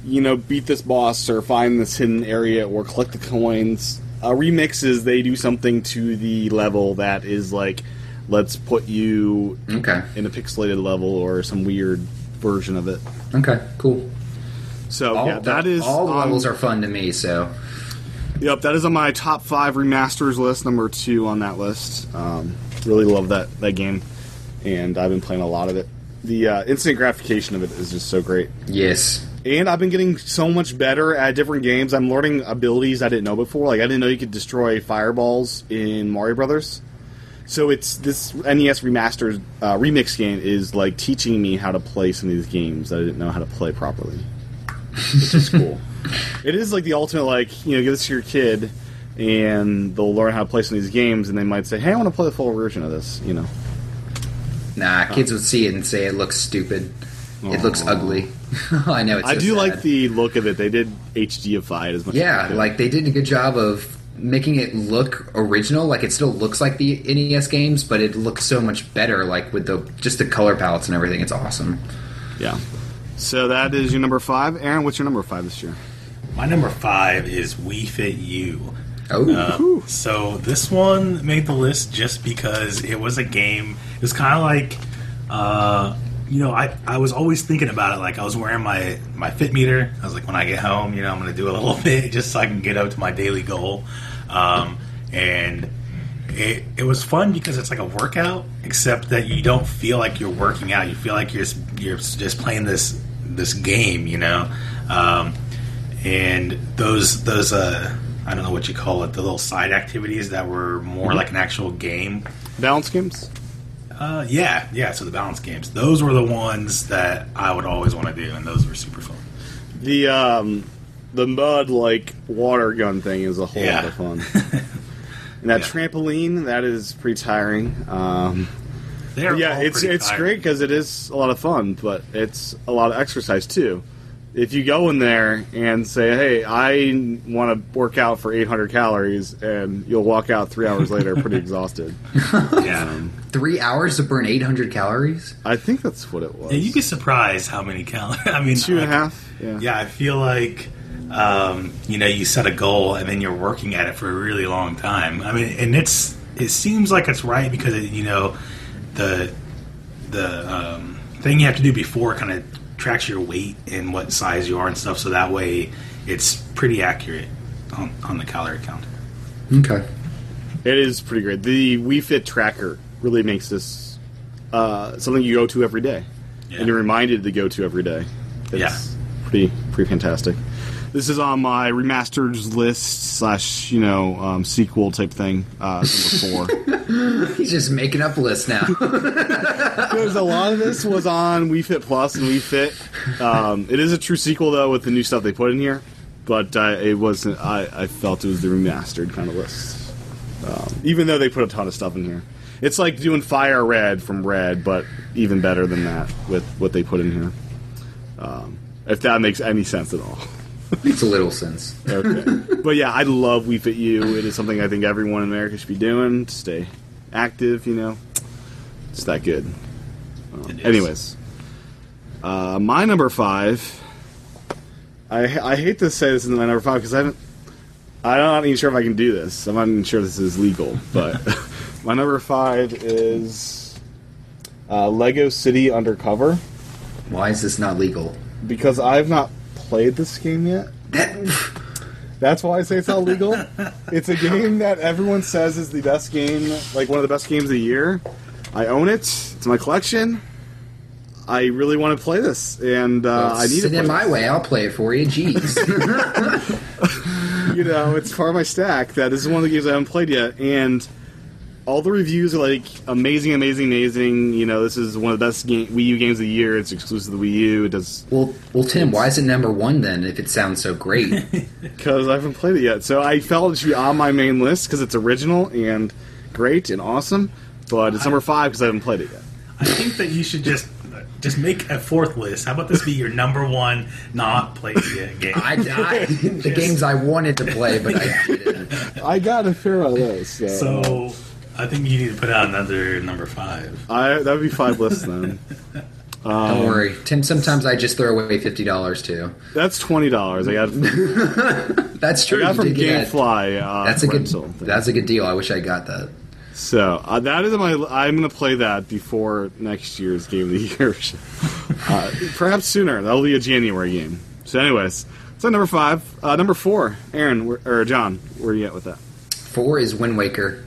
you know, beat this boss or find this hidden area or collect the coins. A remix is they do something to the level that is like, let's put you
okay.
in a pixelated level or some weird version of it.
Okay, cool.
So
All
yeah,
the-
that is um,
all the
on-
levels are fun to me. So
Yep, that is on my top five remasters list, number two on that list. Um, really love that that game, and I've been playing a lot of it. The uh, instant gratification of it is just so great,
yes,
and I've been getting so much better at different games. I'm learning abilities I didn't know before. Like I didn't know you could destroy fireballs in Mario Brothers. So it's this NES remastered uh, remix game is like teaching me how to play some of these games that I didn't know how to play properly. It's just cool. It is like the ultimate like you know give this to your kid and they'll learn how to play some of these games and they might say hey I want to play the full version of this you know.
nah, kids would see it and say it looks stupid. It looks ugly. I know. It's
I
so
do
sad.
like the look of it. They did HDify it as much. as
Yeah,
they could.
like they did a good job of making it look original. Like it still looks like the NES games, but it looks so much better. Like with the just the color palettes and everything, it's awesome.
yeah. So that is your number five, Aaron. What's your number five this year?
My number five is We Fit You.
Oh,
Uh, so this one made the list just because it was a game. It was kind of like, uh, you know, I, I was always thinking about it. Like I was wearing my my fit meter. I was like, when I get home, you know, I'm gonna do a little bit just so I can get up to my daily goal. Um, and it it was fun because it's like a workout, except that you don't feel like you're working out. You feel like you're s- you're s- just playing this this game, you know. Um, and those those uh I don't know what you call it the little side activities that were more like an actual game.
Balance games.
Uh, yeah, yeah. So the balance games, those were the ones that I would always want to do, and those were super fun.
The um, the mud like water gun thing is a whole
Yeah.
lot of fun. and that
Yeah.
trampoline that is pretty tiring. Um,
They're
yeah,
all
it's
pretty
it's
tired.
great because it is a lot of fun, but it's a lot of exercise too. If you go in there and say, "Hey, I want to work out for 800 calories," and you'll walk out three hours later pretty exhausted.
Yeah.
three hours to burn eight hundred calories.
I think that's what it was.
yeah, you get surprised how many calories. I mean,
two and a
I-
half. Yeah.
Yeah, I feel like um, you know you set a goal and then you're working at it for a really long time. I mean, and it's it seems like it's right because it, you know the the um, thing you have to do before kind of tracks your weight and what size you are and stuff, so that way it's pretty accurate on, on the calorie count.
Okay,
It is pretty great. The We Fit tracker really makes this uh, something you go to every day,
Yeah.
and you're reminded to go to every day. It's
Yeah.
pretty pretty fantastic. This is on my remasters list slash you know um, sequel type thing. Uh, number four.
He's just making up lists now.
Because a lot of this was on We Fit Plus and We Fit. Um, it is a true sequel though with the new stuff they put in here, but uh, it wasn't. I, I felt it was the remastered kind of list, um, even though they put a ton of stuff in here. It's like doing Fire Red from Red, but even better than that with what they put in here. Um, if that makes any sense at all.
Makes a little sense.
Okay. but yeah, I love We Fit You. It is something I think everyone in America should be doing. to Stay active, you know. It's that good. Um, anyways, uh, my number five. I I hate to say this is my number five because I don't. I'm not even sure if I can do this. I'm not even sure this is legal, but my number five is uh, Lego City Undercover
Why is this not legal?
because I've not played this game yet.
That
That's why I say it's not legal. it's a game that everyone says is the best game, like one of the best games of the year. I own it. It's my collection. I really want to play this, and uh, I need to
send
play
it my
this.
way. I'll play it for you. Jeez.
You know, it's part of my stack. That this is one of the games I haven't played yet, and all the reviews are like amazing, amazing, amazing. You know, this is one of the best game, Wii U games of the year. It's exclusive to the Wii U. It does
well, well, Tim, why is it number one then? If it sounds so great,
because I haven't played it yet. So I felt it should be on my main list because it's original and great and awesome. But it's number five because I haven't played it yet.
I think that you should just just make a fourth list. How about this be your number one not played yet game?
I, I the games I wanted to play, but I didn't.
I got a fair amount of those. So,
so I think you need to put out another number five.
I, that would be five lists then.
Don't worry,
Um,
Tim. Sometimes I just throw away fifty dollars too.
That's twenty dollars. I got I
That's true.
got
You
from
did get that.
GameFly. Uh,
That's a good.
rental thing.
That's a good deal. I wish I got that.
so uh, that is my. I'm gonna play that before next year's game of the year. uh, perhaps sooner. That'll be a January game. So, anyways, so number five, uh, number four, Aaron where, or John, where are you at with that?
Four is Wind Waker.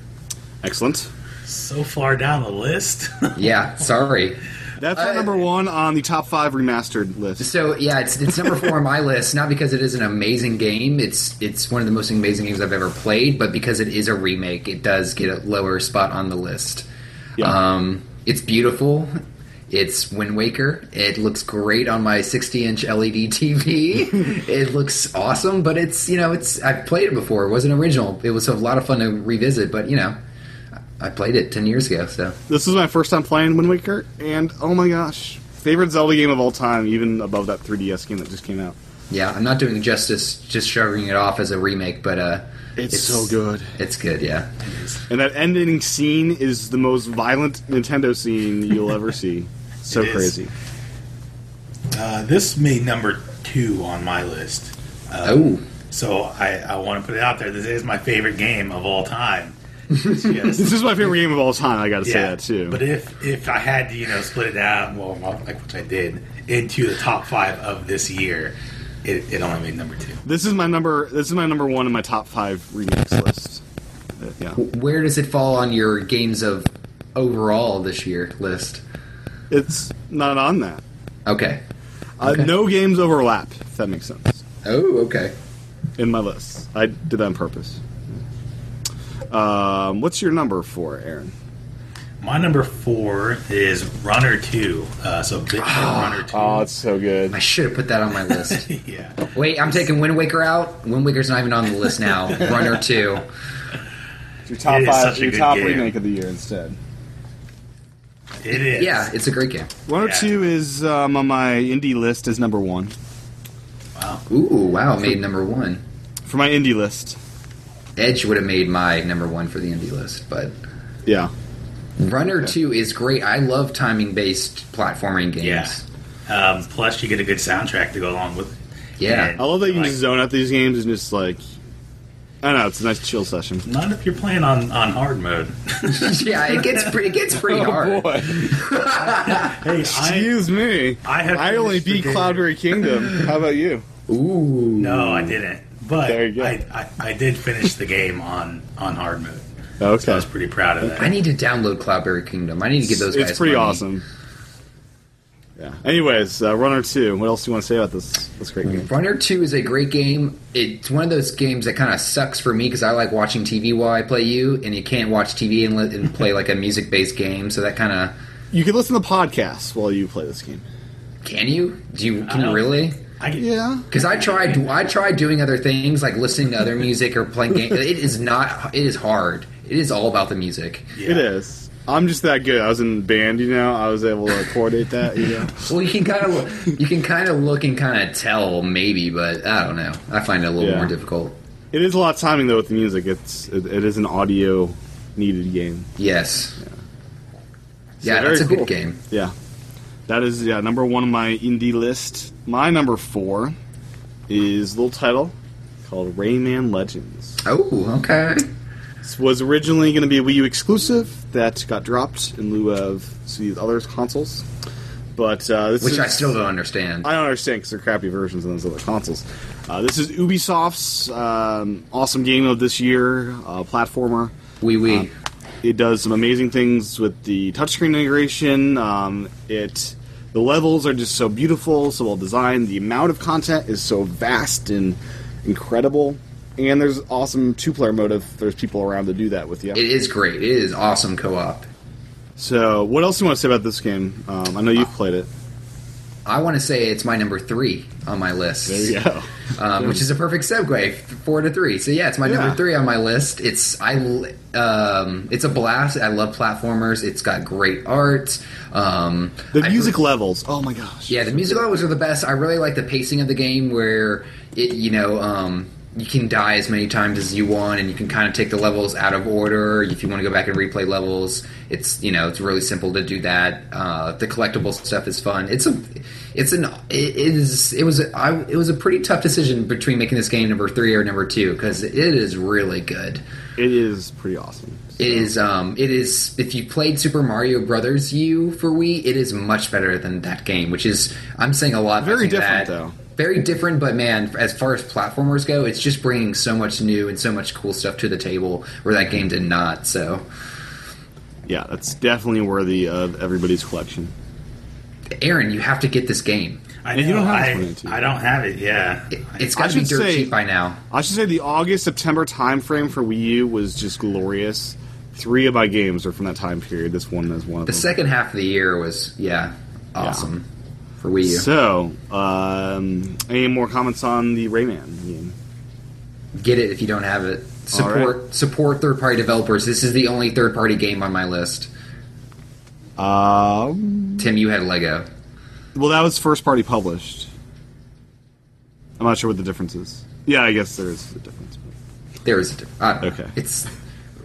Excellent.
So far down the list.
Yeah, sorry.
That's my
I-
number one on the top five remastered list.
So yeah, it's, it's number four on my list. Not because it is an amazing game. It's it's one of the most amazing games I've ever played, but because it is a remake, it does get a lower spot on the list.
Yeah.
Um, it's beautiful. It's Wind Waker. It looks great on my E 60 inch LED TV. it looks awesome, but it's you know it's I've played it before. It wasn't original. It was a lot of fun to revisit, but you know. I- I played it 10 years ago, so.
This is my first time playing Wind Waker, and oh my gosh, favorite Zelda game of all time, even above that 3DS game that just came out.
Yeah, I'm not doing justice just shrugging it off as a remake, but uh,
It's so good.
It's good, yeah.
And that ending scene is the most violent Nintendo scene you'll ever see. So
It is.
crazy.
Uh, this made number two on my list.
Oh,
So I, I want to put it out there. This is my favorite game of all time. Yes.
This is my favorite game of all time. I got to say that too.
But if if I had to, you know, split it out, well, well, like which I did, into the top five of this year, it, it only made number two.
this is my number. This is my number one in my top five remakes list. Uh, yeah,
where does it fall on your games of overall this year list?
it's not on that.
Okay.
Uh,
Okay.
No games overlap. If that makes sense.
Oh, okay.
in my list. I did that on purpose. Um, what's your number for Aaron?
My number four is Runner Two. Uh, so Bitcoin
Ah.
Runner Two.
Oh, it's so good.
I should have put that on my list.
yeah.
Wait, I'm taking Wind Waker out. Wind Waker's not even on the list now. Runner two.
Your top
It
five,
is such a
your
good
top
game.
remake of the year instead.
It is.
Yeah, it's a great game.
One or
Yeah.
two is um, on my indie list is number one
Ooh, wow, made number one.
for my indie list.
Edge would have made my number one for the indie list, but
Yeah,
Runner two is great. I love timing based platforming games.
Yeah. Um, plus, you get a good soundtrack to go along with. it.
Yeah.
I love that you can
like,
just zone out these games and just like. I don't know. It's a nice chill session.
Not if you're playing on, on hard mode.
yeah, Oh, it gets pretty. It gets pretty hard.
hey, I,
Excuse me.
I have
I only beat
finished the game.
Cloudberry Kingdom. How about you?
Ooh,
no, I didn't. But
There you go.
I, I, I did finish the game on, on hard mode. So I
Okay,
was pretty proud of that.
I need to download Cloudberry Kingdom. I need to give those guys.
it's pretty
money.
awesome. Yeah. Anyways, uh, Runner Two. What else do you want to say about this this great game?
Runner 2 is a great game. It's one of those games that kind of sucks for me because I like watching TV while I play you, and you can't watch TV and, li- and play like a music based game, so that kind of.
You can listen to podcasts while you play this game.
Can you? Do you? Can you
don't-
really?
I get,
Yeah.
Because I tried, I tried doing other things like listening to other music or playing games. It is not. It is hard. It is all about the music.
It is. I'm just that good. I was in band, you know. I was able to coordinate that, you know.
Well, you can kind of, you can kind of look and kind of tell maybe, but I don't know. I find it a little
Yeah.
more difficult.
It is a lot of timing though with the music. It's it, it is an audio needed game.
Yes.
So
Yeah,
very
that's a
cool.
good game.
Yeah, that is yeah number one on my indie list. My number four is a little title called Rayman Legends.
Oh, okay.
This was originally going to be a Wii U exclusive that got dropped in lieu of some of these other consoles, but uh, this
Which
is,
I still don't understand.
I don't understand because they're crappy versions of those other consoles. Uh, this is Ubisoft's um, awesome game of this year, uh, platformer.
Wee
Um,
wee.
It does some amazing things with the touchscreen integration. Um, it the levels are just so beautiful, so well designed. The amount of content is so vast and incredible. And there's awesome two player mode if there's people around to do that with you.
It is great. It is awesome co-op.
So, what else do you want to say about this game? Um, I know you've played it.
I want to say it's my number three on my list.
There you go.
um, which is a perfect segue f- four to three so yeah it's my
Yeah.
number three on my list it's i l- um, it's a blast i love platformers it's got great art um,
The
I-
music levels. Oh my gosh.
yeah the music levels are the best i really like the pacing of the game where it you know um, you can die as many times as you want and you can kind of take the levels out of order if you want to go back and replay levels it's you know it's really simple to do that uh, the collectible stuff is fun it's a it's an it is it was a, I, it was a pretty tough decision between making this game number three or number two because it is really good
It is pretty awesome.
it is um it is if you played Super Mario Brothers U for Wii, it is much better than that game, which is I'm saying a lot by
Very
saying
different,
that.
though.
Very different, but man, as far as platformers go, it's just bringing so much new and so much cool stuff to the table where that game did not. So,
Yeah, that's definitely worthy of everybody's collection.
Aaron, you have to get this game.
I,
And you don't
know,
have
I-
one, too.
I don't have it. Yeah,
It, it's got
I
to be
should
dirt
say-
cheap by now.
I should say the August September time frame for Wii U was just glorious. Three of my games are from that time period. This one is one of
The
them.
second half of the year was yeah awesome for Wii U.
So, um, any more comments on the Rayman game?
get it if you don't have it.
All right.
Support support third party developers. This is the only third party game on my list.
Um,
Tim, you had Lego.
well, that was first party published. I'm not sure what the difference is. Yeah, I guess there is a difference.
There is a diff- I don't know.
Okay. Mm.
It's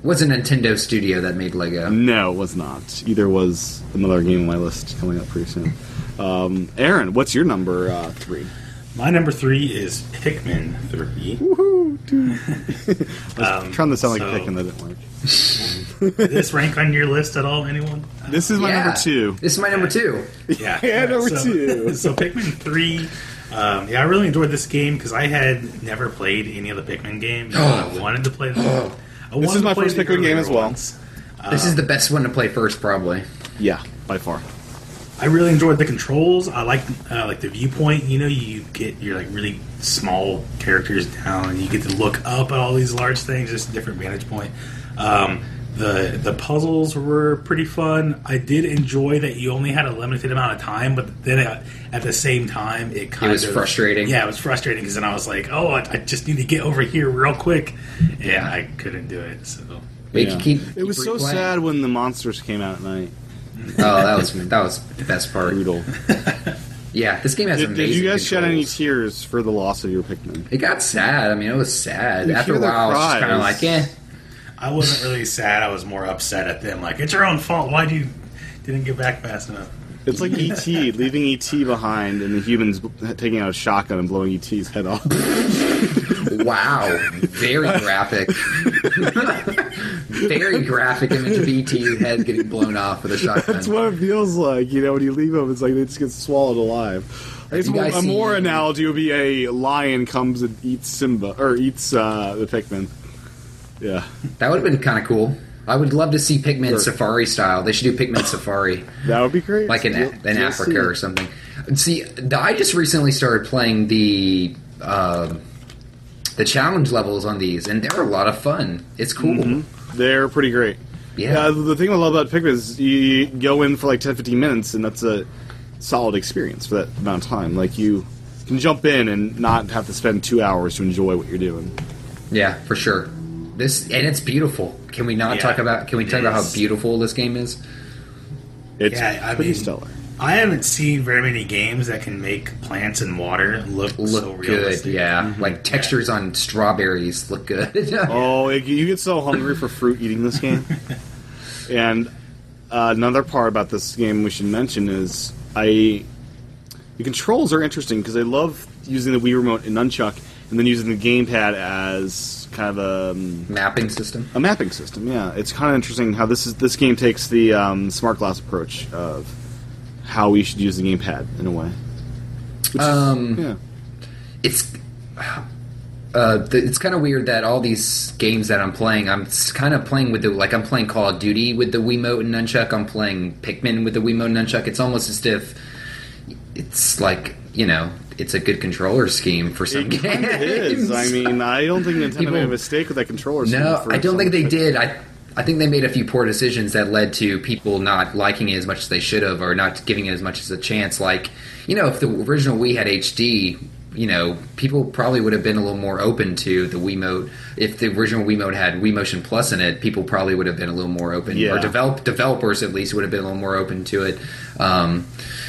was a Nintendo studio that made Lego.
No, it was not. Either was another game on my list coming up pretty soon. Um, Aaron, what's your number uh, three?
my number three is Pikmin three.
Um,
I'm trying to sound
so-
like picking that didn't work.
Did this rank on your list at all? Anyone?
This is my
Yeah.
number two.
This is my number two.
Yeah,
Yeah, number
so,
two.
so Pikmin three. Um, yeah, I really enjoyed this game because I had never played any of the Pikmin games. and I wanted to play them. I wanted
is my
to play
first
the
Pikmin game
earlier
as well.
ones.
This is the best one to play first, probably.
Yeah, by far.
I really enjoyed the controls. I like uh, like the viewpoint. You know, you get your like really small characters down, and you get to look up at all these large things, just a different vantage point. Um, the the puzzles were pretty fun. I did enjoy that you only had a limited amount of time, but then at, at the same time, it kind
was
of
frustrating.
Yeah, it was frustrating because then I was like, oh, I, I just need to get over here real quick, and I couldn't do it. So
But you
Yeah.
can keep,
it was
keep
so
replaying.
sad when the monsters came out at night.
Oh, that was that was the best part.
Brutal.
Yeah, this game has
did,
amazing.
did you guys shed any
controls.
tears for the loss of your Pikmin?
It got sad. I mean, it was sad.
You
After a
hear their
while, it's just kind of
cries.
like, eh.
I wasn't really sad. I was more upset at them. Like, it's your own fault. Why do you didn't get back fast enough?
It's like E.T. leaving E.T. behind and the humans b- taking out a shotgun and blowing E.T.'s head off.
"Eh, Wow, very graphic. very graphic image of ET's head getting blown off with a shotgun.
That's what it feels like, you know, when you leave them, it's like they just get swallowed alive. I guess
you
more-
guys
a more
seen-
analogy would be a lion comes and eats Simba, or eats uh, the Pikmin. Yeah.
That would have been kind of cool. I would love to see Pikmin Safari style. They should do Pikmin Safari,
That would be great.
like in
You'll-
in
you'll see
Africa
it.
or something. See, I just recently started playing the uh, the challenge levels on these, and they're a lot of fun. It's cool.
Mm-hmm.
They're pretty great.
Yeah.
Uh, the thing I love about Pikmin is you, you go in for like 10, 15 minutes, and that's a solid experience for that amount of time. Like you can jump in and not have to spend two hours to enjoy what you're doing.
Yeah, for sure. This and it's beautiful. Can we not
Yeah,
talk about? Can we
it
talk about how
is.
beautiful this game is?
It's
Yeah, I
pretty
mean-
stellar.
I haven't seen very many games that can make plants and water look,
Look
so
good.
realistic. Mm-hmm.
Yeah, like textures on strawberries look good.
Oh, it, you get so hungry for fruit eating this game. and uh, another part about this game we should mention is I the controls are interesting because I love using the Wii remote and nunchuck, and then using the gamepad as kind of a um,
Mapping system.
a mapping system. Yeah, it's kind of interesting how this is this game takes the um, smart glass approach of how we should use the gamepad in a way. Which is,
Um,
yeah,
It's uh, th- it's kind of weird that all these games that I'm playing, I'm kind of playing with the like I'm playing Call of Duty with the Wiimote and nunchuck. I'm playing Pikmin with the Wiimote and nunchuck. It's almost as if it's like you know, it's a good controller scheme for some
it
games.
kinda is. I mean, I don't think Nintendo
People-
made a mistake with that controller.
No,
scheme for
I don't think
some-
they did. I I think they made a few poor decisions that led to people not liking it as much as they should have, or not giving it as much as a chance. Like, you know, if the original Wii had HD, you know, people probably would have been a little more open to the Wiimote. If the original Wiimote had Wii Motion Plus in it, people probably would have been a little more open,
Yeah.
or develop developers at least would have been a little more open to it. Um,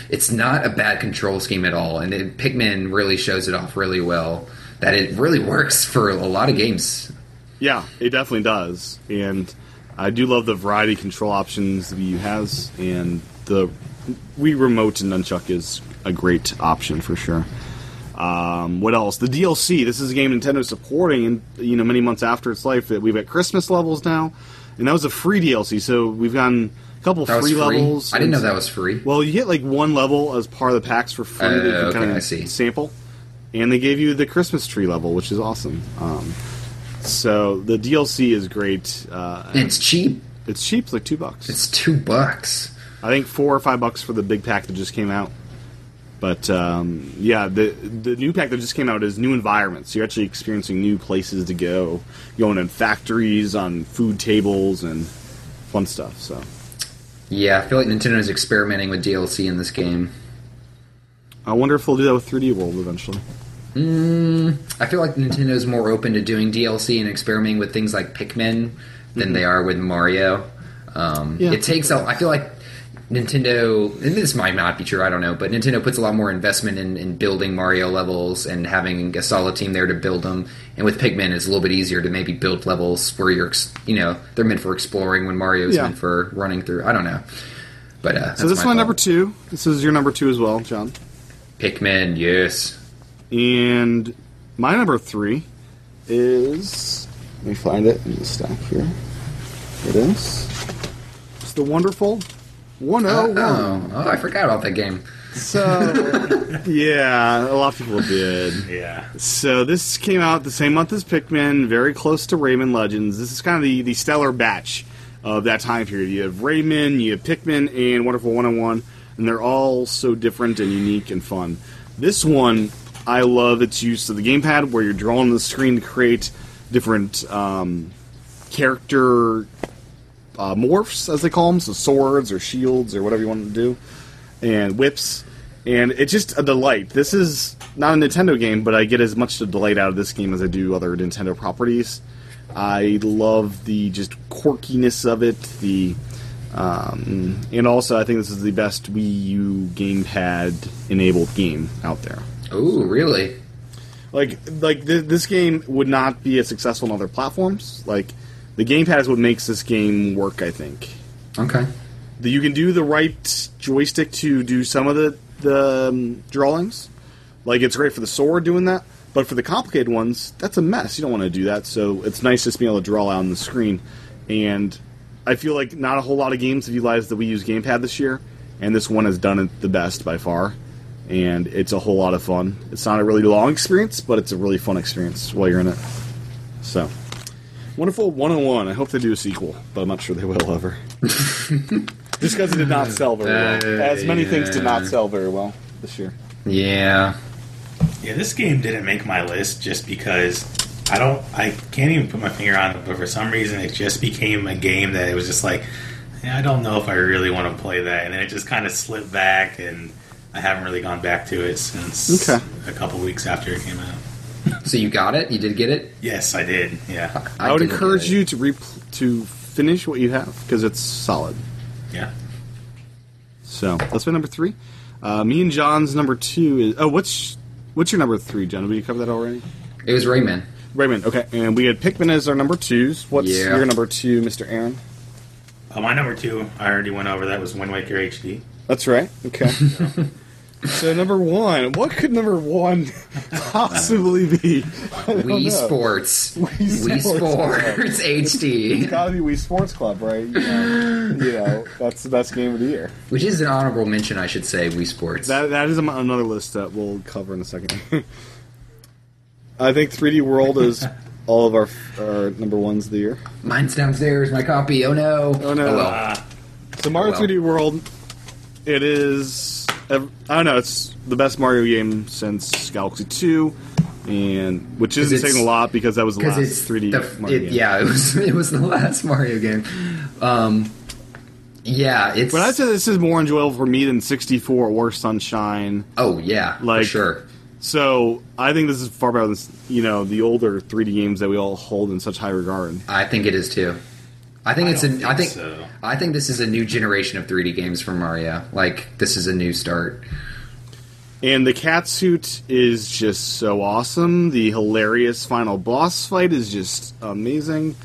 it's not a bad control scheme at all, and it, Pikmin really shows it off really well. That it really works for a lot of games.
Yeah, it definitely does, and I do love the variety of control options the Wii U has, and the Wii Remote and Nunchuck is a great option for sure. Um, what else? The DLC. This is a game Nintendo's supporting, and you know, many months after its life, that we've got Christmas levels now, and that was a free DLC. So we've gotten a couple
That was
free,
free.
levels.
I didn't know
and-
that was free.
Well, you get like one level as part of the packs for free. that you
Oh,
can
okay,
kinda
I see.
Sample, and they gave you the Christmas tree level, which is awesome. Um, so the DLC is great. Uh,
And it's cheap.
it's cheap, it's like two bucks.
It's two bucks.
I think four or five bucks for the big pack that just came out. But um, yeah, the the new pack that just came out is new environments. You're actually experiencing new places to go, going in factories, on food tables, and fun stuff. So
Yeah, I feel like Nintendo's experimenting with DLC in this game.
I wonder if they'll do that with 3D World eventually. Mm.
I feel like Nintendo's more open to doing DLC and experimenting with things like Pikmin than they are with Mario. Um,
Mm-hmm. Yeah.
It takes. A, I feel like Nintendo. And this might not be true. I don't know, but Nintendo puts a lot more investment in, in building Mario levels and having a solid team there to build them. And with Pikmin, it's a little bit easier to maybe build levels where you're, ex- you know, they're meant for exploring when Mario's
Yeah.
meant for running through. I don't know. But uh,
So
that's
this is
my
my number
thought.
two. This is your number two as well, John.
Pikmin, yes.
And my number three is let me find it in the stack here. It is. It's the wonderful 101.
Oh, oh, I forgot about that game.
So yeah, a lot of people did.
Yeah.
So this came out the same month as Pikmin, very close to Rayman Legends. This is kind of the, the stellar batch of that time period. You have Rayman, you have Pikmin, and Wonderful 101, and they're all so different and unique and fun. This one, I love its use of the gamepad where you're drawing the screen to create different um, character uh, morphs, as they call them, so swords or shields or whatever you want to do, and whips. And it's just a delight. This is not a Nintendo game, but I get as much delight out of this game as I do other Nintendo properties. I love the just quirkiness of it, the um, and also I think this is the best Wii U gamepad enabled game out there.
Oh, really?
Like like th- this game would not be as successful on other platforms. Like the gamepad is what makes this game work. I think
Okay.
that you can do the right joystick to do some of the the um, drawings. Like it's great for the sword doing that, but for the complicated ones, that's a mess. You don't want to do that. So it's nice just being able to draw out on the screen. And I feel like not a whole lot of games have utilized the Wii U's gamepad this year, and this one has done it the best by far. And it's a whole lot of fun. It's not a really long experience, but it's a really fun experience while you're in it. So Wonderful 101. I hope they do a sequel, but I'm not sure they will ever. Just because it did not sell very well.
Uh,
As many things did not
yeah.
sell very well this year.
Yeah.
Yeah, this game didn't make my list just because I don't, I can't even put my finger on it, but for some reason it just became a game that it was just like, "Yeah, I don't know if I really want to play that. And then it just kind of slipped back, and I haven't really gone back to it since
Okay.
a couple weeks after it came out.
So you got it? You did get it?
Yes, I did. Yeah.
I, would
didn't
encourage
get it.
you to re- to finish what you have because it's solid.
Yeah.
So that's my number three. Uh, me and John's number two is oh, what's what's your number three, John? Did we cover that already?
It was Rayman.
Raymond. Okay, and we had Pikmin as our number twos. What's
Yeah.
your number two, Mister Aaron?
Uh, my number two, I already went over that, was Wind Waker HD.
That's right. Okay. so number one, what could number one possibly be?
Wii
know.
Sports. Wii
Oh, Sports
Sports HD.
Gotta be Wii Sports Club, right? You know, you know, that's the best game of the year.
Which is an honorable mention, I should say, Wii Sports.
That that is am- another list that we'll cover in a second. I think 3D World is all of our, our number ones of the year.
Mine's downstairs, my copy. Oh no.
Oh, no.
well.
Uh,
So Mario
Well.
3D World, it is ev- I don't know. It's the best Mario game since Galaxy 2, and which isn't
it's-
saying a lot because that was the
because
last
it's
3D
the-
Mario
it-
game.
Yeah, it was it was the last Mario game. Um, yeah, it's
But I say this is more enjoyable for me than 64 or Sunshine.
oh yeah,
like-
for sure.
So I think this is far better than you know the older 3D games that we all hold in such high regard.
I think it is too. I think
I
it's
don't
an. I think
think so.
I think this is a new generation of 3D games for Mario. Like this is a new start.
And the cat suit is just so awesome. The hilarious final boss fight is just amazing.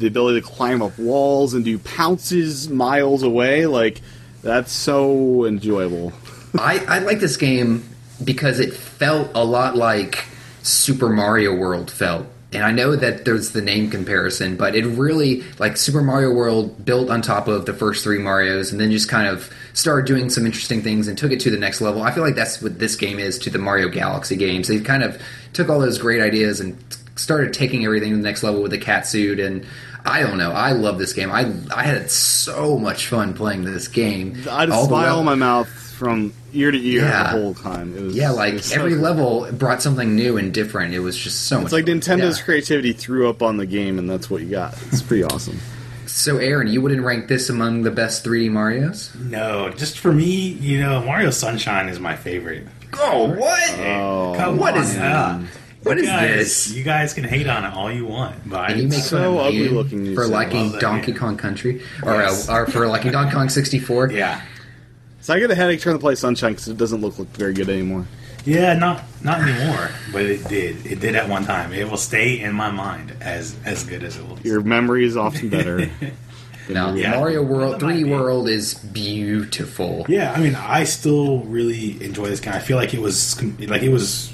The ability to climb up walls and do pounces miles away, like that's so enjoyable.
I, I like this game because it felt a lot like Super Mario World felt. And I know that there's the name comparison, but it really, like, Super Mario World built on top of the first three Marios and then just kind of started doing some interesting things and took it to the next level. I feel like that's what this game is to the Mario Galaxy games. They kind of took all those great ideas and t- started taking everything to the next level with the cat suit. And I don't know. I love this game. I, I had so much fun playing this game.
I just
All the
smile
level-
in my mouth from ear to ear
Yeah.
the whole time. It was
yeah,
it
like
was so
every
fun.
level brought something new and different. It was just so much.
It's like
fun.
Nintendo's
Yeah.
creativity threw up on the game, and that's what you got. It's pretty awesome.
So, Aaron, you wouldn't rank this among the best 3D Mario's?
no, just for me, you know, Mario Sunshine is my favorite.
Oh, what?
Come
what
on
is-
up.
what is
You guys-
this?
You guys can hate on it all you want, but
And you make
So
fun of
ugly
me
looking, you
for
say.
liking
Love that
Donkey
game.
Kong Country or,
Yes.
uh, or for liking Donkey Kong 64.
yeah,
So I get a headache trying to play Sunshine because it doesn't look, look very good anymore.
yeah, not not anymore, but it did. It did at one time. It will stay in my mind as as good as it looks.
Your memory is often better.
No,
Yeah.
Mario
That
World,
might
3D
be.
World is beautiful.
Yeah, I mean, I still really enjoy this game. I feel like it was like it was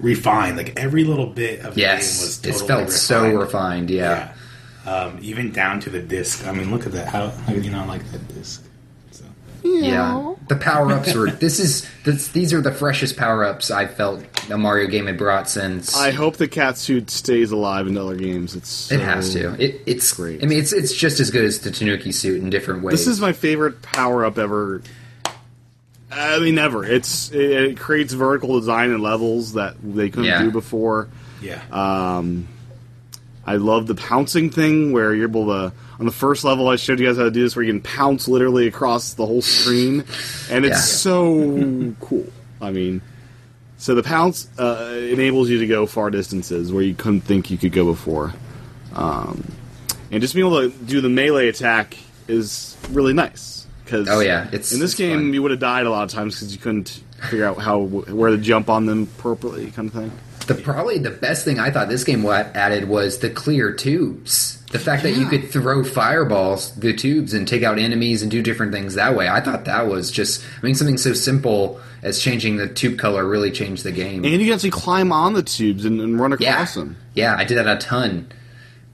refined. Like every little bit of the game was
Yes,
totally
it felt so
refined.
refined. Yeah.
Yeah. Um, even down to the disc. I mean, look at that. How, how could you not like that disc? So.
yeah, The power ups were. This is. This, these are the freshest power ups I felt a Mario game had brought since.
I hope the cat suit stays alive in other games. It's so-
It has to. It, it's
great.
I mean, it's it's just as good as the Tanuki suit in different ways.
This is my favorite power up ever. I mean, ever. It's it, it creates vertical design and levels that they couldn't
Yeah.
do before.
Yeah.
Uh,
I love the pouncing thing where you're able to. On the first level, I showed you guys how to do this, where you can pounce literally across the whole screen, and it's
Yeah.
so cool. I mean, so the pounce uh, enables you to go far distances where you couldn't think you could go before, um, and just being able to do the melee attack is really nice. Cause
Oh, yeah, it's-
in this
it's
game
fun.
you would have died a lot of times because you couldn't figure out how where to jump on them appropriately, kind of thing.
the probably the best thing I thought this game wa- added was the clear tubes. The fact that you could throw fireballs the tubes and take out enemies and do different things that way. I thought that was just. I mean, something so simple as changing the tube color really changed the game.
And you can actually climb on the tubes and, and run
yeah,
across them.
yeah, I did that a ton.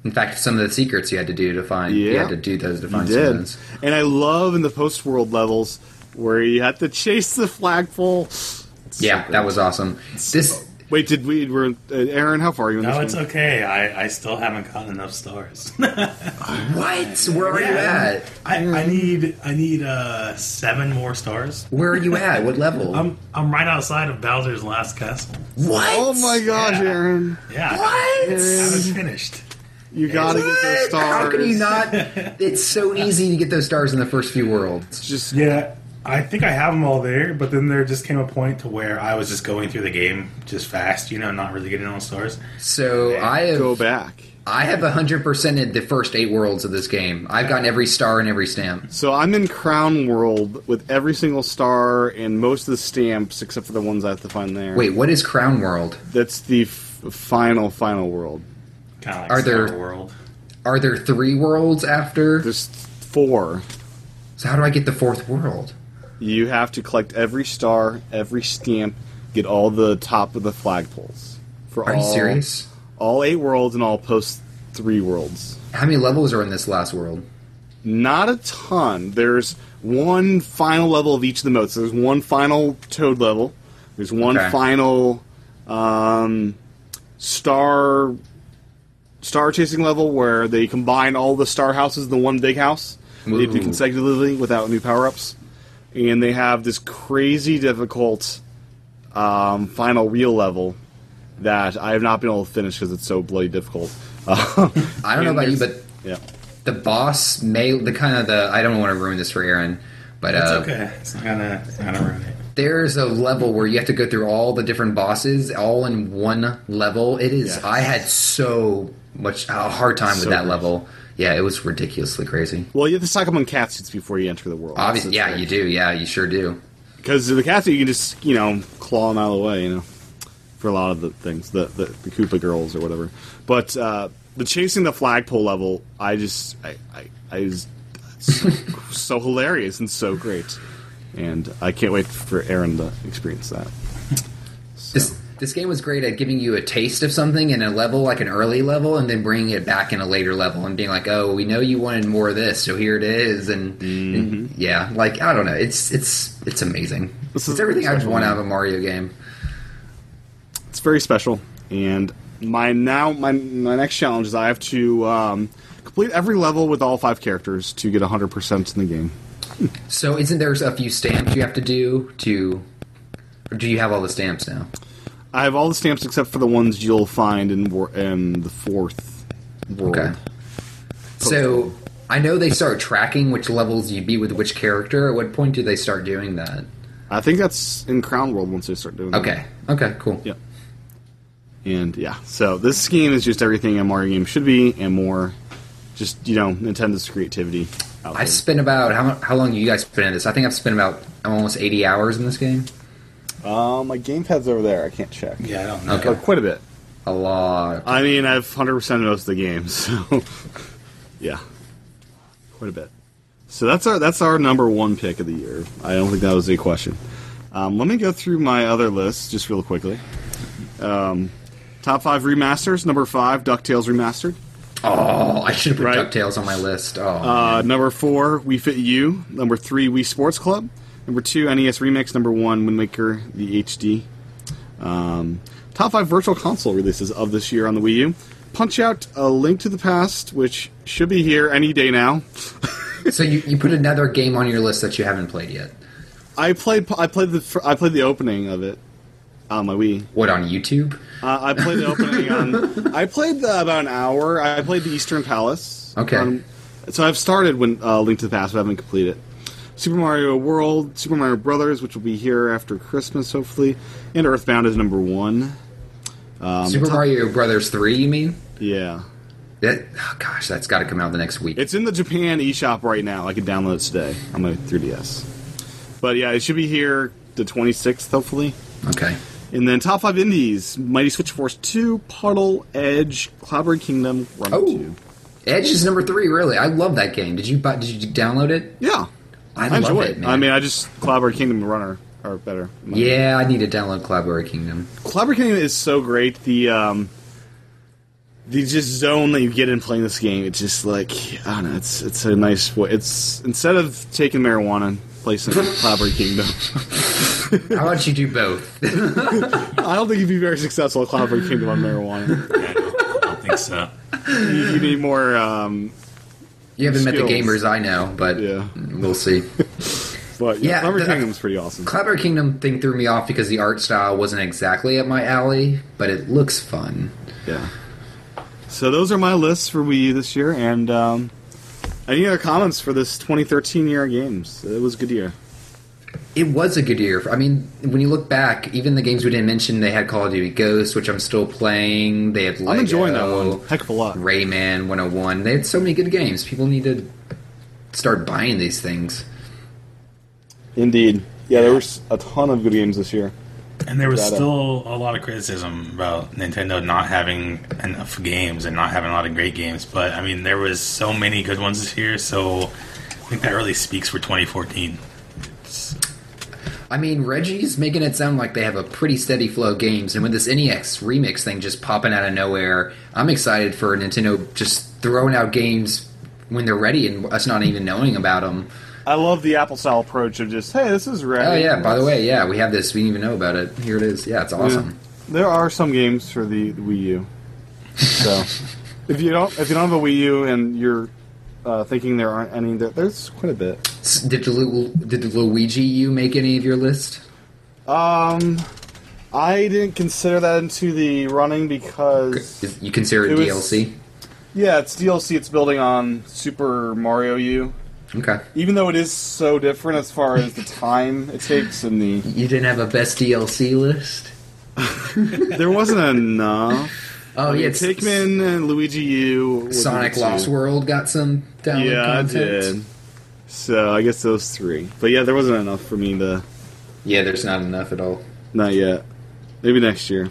In fact, some of the secrets you had to do to find. You
Yeah.
had to do those to
You
find. some of
did.
those.
And I love in the post world levels where you have to chase the flagpole.
yeah, that was awesome. This
Wait, did we? We're uh, Aaron. How far are you in
No, it's
this game?
okay. I, I still haven't gotten enough stars.
What? Where are you
Yeah.
at?
I, I need I need uh, seven more stars.
Where are you at? What level?
I'm I'm right outside of Bowser's last castle.
what?
Oh my gosh,
Yeah.
Aaron!
Yeah,
What?
I haven't finished.
You gotta get those
What?
stars.
How can you not? It's so easy to get those stars in the first few worlds.
Just
Yeah.
I think I have them all there, but then there just came a point to where I was just going through the game just fast, you know, not really getting all stars.
So I
go
have
back.
I have hundred percented the first eight worlds of this game. I've gotten every star and every stamp.
So I'm in Crown World with every single star and most of the stamps except for the ones I have to find there.
Wait, what is Crown World?
that's the f- final final world.
Kind of like
Are there-
Star World.
Are there three worlds after?
There's four.
So how do I get the fourth world?
You have to collect every star, every stamp, get all the top of the flagpoles. For
Are you
all,
serious?
All eight worlds and all post three worlds.
How many levels are in this last world?
Not a ton. There's one final level of each of the modes. There's one final toad level. There's one
Okay.
final um, star star chasing level where they combine all the star houses in one big house. They do
Ooh.
consecutively without new power ups, and they have this crazy difficult um, final real level that I have not been able to finish because it's so bloody difficult. Um,
I don't
And
know about you, but
there's- yeah.
the boss may the kind of the I don't want to ruin this for Aaron, but
It's
uh,
okay. It's not gonna it's not gonna ruin it.
there's a level where you have to go through all the different bosses all in one level. It is.
Yes.
I had so much a hard time
So
with that
crazy.
level. Yeah, it was ridiculously crazy.
Well, you have to stock up on cat suits before you enter the world.
Obviously, yeah, you do. Yeah, you sure do.
Because the cat suit, you can just, you know, claw them out of the way, you know, for a lot of the things, the, the, the Koopa girls or whatever. But uh, the chasing the flagpole level, I just, I, I, I was so, so hilarious and so great. And I can't wait for Aaron to experience that. So,
This this game was great at giving you a taste of something in a level, like an early level, and then bringing it back in a later level and being like, "Oh, we know you wanted more of this, so here it is." And, and yeah, like I don't know, it's it's it's amazing.
Mm-hmm. This is
it's everything I've
special,
want
man.
out of a Mario game.
it's very special. And my now my my next challenge is I have to um, complete every level with all five characters to get 100% in the game.
So, isn't there a few stamps you have to do to? Or do you have all the stamps now?
I have all the stamps except for the ones you'll find in, wor- in the fourth world.
Okay. So I know they start tracking which levels you beat with which character. At what point do they start doing that?
I think that's in Crown World once they start doing. that.
Okay. Okay. Cool.
Yep. And yeah, so this game is just everything a Mario game should be and more. Just you know, Nintendo's creativity. Out
I
there.
spent about how mu- how long you guys spent in this? I think I've spent about almost eighty hours in this game.
um, my gamepad's over there. I can't check.
Yeah, I don't know.
But Uh, quite a bit.
A lot.
I mean, I've 100% most of the game, so yeah, quite a bit. So that's our that's our number one pick of the year. I don't think that was a question. Um, let me go through my other list just real quickly. Um, top five remasters. Number five, Ducktales remastered.
Oh, I should have put
Right.
Ducktales on my list. Oh,
Uh, number four, We Fit You. Number three, Wii Sports Club. Number two, NES Remix. Number one, Wind Waker, the HD. Um, top five virtual console releases of this year on the Wii U. Punch Out, A Link to the Past, which should be here any day now.
so you, you put another game on your list that you haven't played yet?
I played. I played the. fir- I played the opening of it on my Wii.
What on YouTube?
Uh, I played the opening on. I played the, about an hour. I played the Eastern Palace.
Okay.
Um, so I've started when uh, Link to the Past, but I haven't completed it. Super Mario World, Super Mario Brothers, which will be here after Christmas, hopefully, and Earthbound is number one. Um,
Super Mario Brothers Three? You mean?
Yeah,
That, oh, gosh, that's got to come out the next week.
it's in the Japan eShop right now. I can download it today on my 3DS. But yeah, it should be here the 26th, hopefully.
okay.
And then top five indies: Mighty Switch Force 2, Puddle, Edge, Cloudberry Kingdom, Run
Oh.
2.
Edge is number three. Really, I love that game. Did you buy, did you download it?
Yeah,
I,
I
love
enjoy
it.
it.
man.
I mean, I just Cloudberry Kingdom Runner are better.
yeah, I need to download Cloudberry Kingdom.
Cloudberry Kingdom is so great. The um, the just zone that you get in playing this game, it's just like I don't know. It's it's a nice way. It's instead of taking marijuana, play some Cloudberry Kingdom.
How about you do both?
I don't think you'd be very successful at Cloudberry Kingdom on marijuana.
I don't, I don't think so.
You, you need more. Um,
You haven't met the
Skills.
gamers I know, but
Yeah.
we'll see.
but yeah,
Yeah,
Cloudberry
the-
Kingdom's pretty awesome.
Clapper Kingdom thing threw me off because the art style wasn't exactly up my alley, but it looks fun.
Yeah. So those are my lists for Wii U this year, and um, any other comments for this 2013 year of games? It was a good year.
It was a good year. for- I mean, when you look back, even the games we didn't mention, they had Call of Duty Ghosts, which I'm still playing. They had Lego,
I'm enjoying that one. Heck of a lot.
Rayman 101. They had so many good games. People need to start buying these things.
Indeed. Yeah, there was a ton of good games this year.
And there was
Got it.
still a lot of criticism about Nintendo not having enough games and not having a lot of great games. But I mean, there was so many good ones this year, so I think that really speaks for 2014.
I mean, Reggie's making it sound like they have a pretty steady flow of games, and with this NEX remix thing just popping out of nowhere, I'm excited for Nintendo just throwing out games when they're ready and us not even knowing about them.
I love the Apple style approach of just, hey, this is ready.
Oh yeah, by the way, yeah, we have this. We didn't even know about it. Here it is. Yeah, it's awesome.
There are some games for the Wii U. So if you don't if you don't have a Wii U and you're uh, thinking there aren't any, there, there's quite a bit.
S- Did Lu- did Luigi you make any of your list?
Um, I didn't consider that into the running because
Is- You consider it,
It was-
DLC?
yeah, it's DLC. It's building on Super Mario U.
Okay.
Even though it is so different as far as the time it takes and the
You didn't have a best DLC list?
there wasn't enough.
Oh yeah, it's
Pikmin and Luigi U. would be
Sonic
the two.
Lost World got some download
Yeah,
content.
I did. So I guess those three. But yeah, there wasn't enough for me to.
Yeah, there's not enough at all.
Not yet. Maybe next year.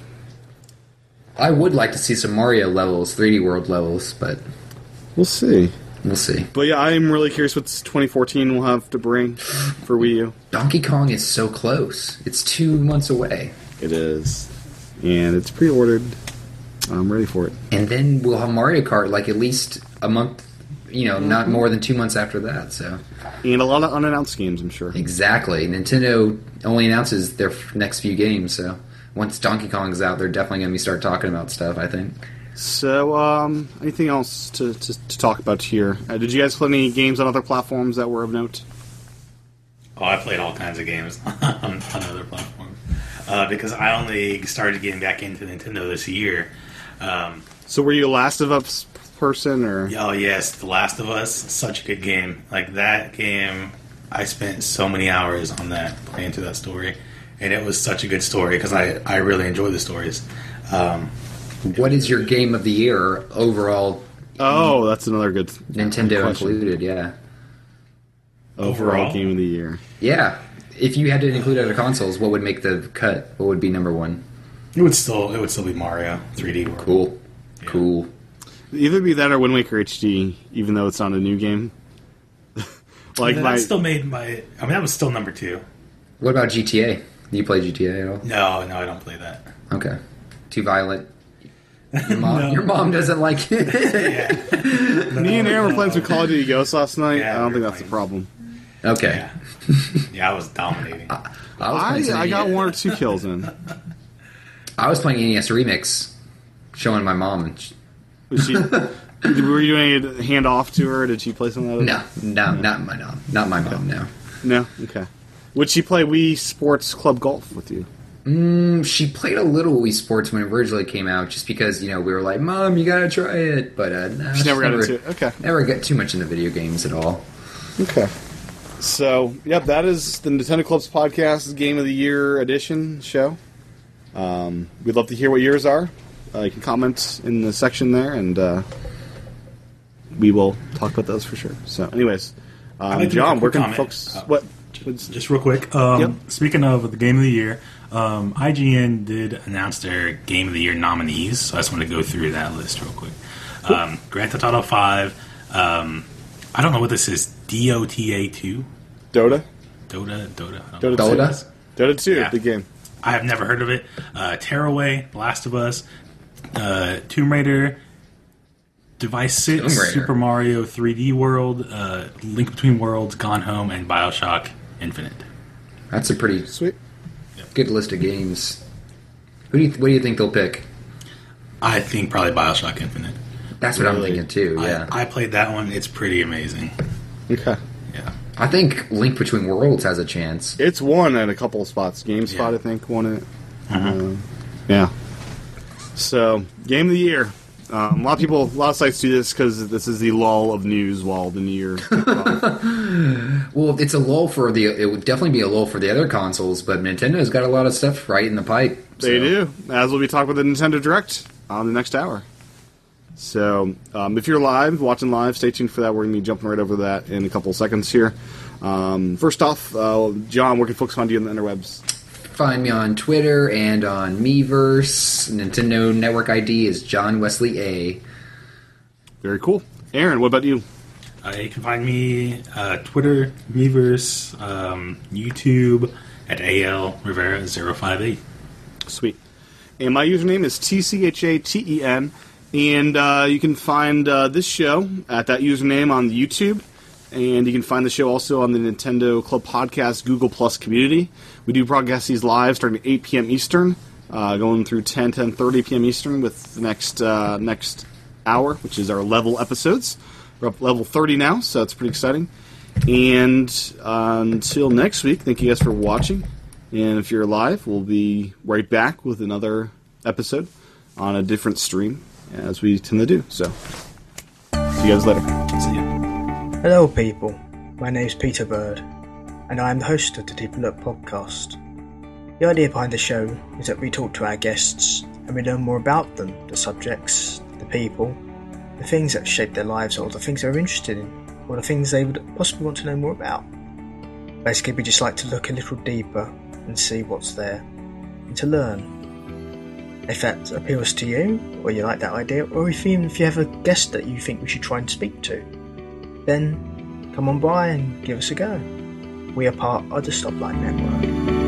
I would like to see some Mario levels, 3D World levels, but
We'll see.
we'll see.
But yeah, I'm really curious what 2014 will have to bring for Wii U.
Donkey Kong is so close. It's two months away.
It is, and it's pre-ordered. I'm ready for it.
And then we'll have Mario Kart like at least a month, you know, not more than two months after that, so.
And a lot of unannounced games, I'm sure.
Exactly. Nintendo only announces their f- next few games, so once Donkey Kong's out, they're definitely going to start talking about stuff, I think.
So, um, anything else to, to, to talk about here? Uh, did you guys play any games on other platforms that were of note?
Oh, I played all kinds of games on, on other platforms uh, because I only started getting back into Nintendo this year. Um,
So, were you a Last of Us person, or
oh yes, The Last of Us, such a good game. Like that game, I spent so many hours on that playing through that story, and it was such a good story because I I really enjoy the stories. Um,
What is your game of the year overall,
oh, that's another good
Nintendo
question.
included? Yeah.
overall
Overall?
game of the year.
Yeah. If you had to include other consoles, what would make the cut? What would be number one?
it would still it would still be Mario 3D World.
Cool. Cool.
Either be that or Wind Waker HD, even though it's not a new game. like
That
my
still made my. I mean, that was still number two.
What about GTA? Do you play GTA at
No, no, I don't play that.
all? Okay. Too violent. Your mom, your mom doesn't like it.
me and Aaron were playing some Call of Duty Ghosts last night.
Yeah,
I don't
we
think
were
that's the
playing.
problem.
okay.
Yeah, yeah, I was dominating.
I, was
I,
playing some
I got
NES
one or two kills in.
I was playing NES Remix, showing my mom. And she,
Was she? were you doing a hand off to her? Did she play some of that?
no, no, not my mom. Not my mom, no.
No. Okay. Would she play Wii Sports Club Golf with you?
Mm, She played a little Wii Sports when it originally came out, just because you know we were like, "Mom, you gotta try it," but uh, no,
She never got into it. Okay.
Never got too much into video games at all.
Okay. So, yep, that is the Nintendo Club's podcast Game of the Year edition show. Um, we'd love to hear what yours are. Uh, you can comment in the section there, and uh, we will talk about those for sure. So, anyways, um,
like to make a
John, where
quick
can
comment.
folks?
Uh,
what?
just-
Just real quick. Um,
Yep.
Speaking of the game of the year, um, IGN did
announced their Game of the Year nominees, so I just want to go through that list real quick. Um, Grand Theft Auto Five. Um, I don't know what this is. Dota two.
Dota,
Dota. Dota. I,
Dota,
don't know.
Dota?
two, Dota two,
Yeah.
the game.
I have never heard of it. Uh, Tearaway, Last of Us, uh, Tomb Raider, Device Six,
Tomb Raider.
Super Mario 3D World, uh, Link Between Worlds, Gone Home, and Bioshock Infinite.
That's a pretty
Sweet.
Good list of games. Who do you what do you think they'll pick?
I think probably Bioshock Infinite.
That's what I'm
Really?
thinking too. Yeah,
I, I played that one. It's pretty amazing.
Okay.
Yeah.
I, think Link Between Worlds has a chance.
It's won at a couple of spots. GameSpot,
Yeah.
I think, won it. Uh, yeah. So, game of the year. Um, a lot of people, a lot of sites do this because this is the lull of news while the new year. kicks off.
Well, it's a lull for the. It would definitely be a lull for the other consoles, but Nintendo's got a lot of stuff right in the pipe.
they
so-
do, as we'll be talking with the Nintendo Direct on the next hour. So, um, if you're live, watching live, stay tuned for that. We're going to be jumping right over that in a couple of seconds here. Um, first off, uh, John, where can folks find you on the interwebs?
Find me on Twitter and on Meverse. Nintendo Network ID is John Wesley A.
Very cool. Aaron, what about you?
Uh, you can find me uh, Twitter, Meverse, um, YouTube at AL Rivera 058.
Sweet. And my username is TCHATEN. E And uh, you can find uh, this show at that username on YouTube. And you can find the show also on the Nintendo Club Podcast Google Plus community. We do broadcast these live starting at 8 p.m. Eastern, uh, going through 10, 10 p.m. Eastern with the next, uh, next hour, which is our level episodes. We're up level 30 now, so it's pretty exciting. And uh, until next week, thank you guys for watching. And if you're alive, we'll be right back with another episode on a different stream, as we tend to do. So, see you guys later.
See ya.
Hello, people. My name's Peter Bird, and I am the host of the Deep Look podcast. The idea behind the show is that we talk to our guests and we learn more about them, the subjects, the people, the things that shape their lives, or the things they're interested in, or the things they would possibly want to know more about. Basically, we just like to look a little deeper and see what's there and to learn. If that appeals to you, or you like that idea, or if even if you have a guest that you think we should try and speak to, then come on by and give us a go. We are part of the Stoplight Network.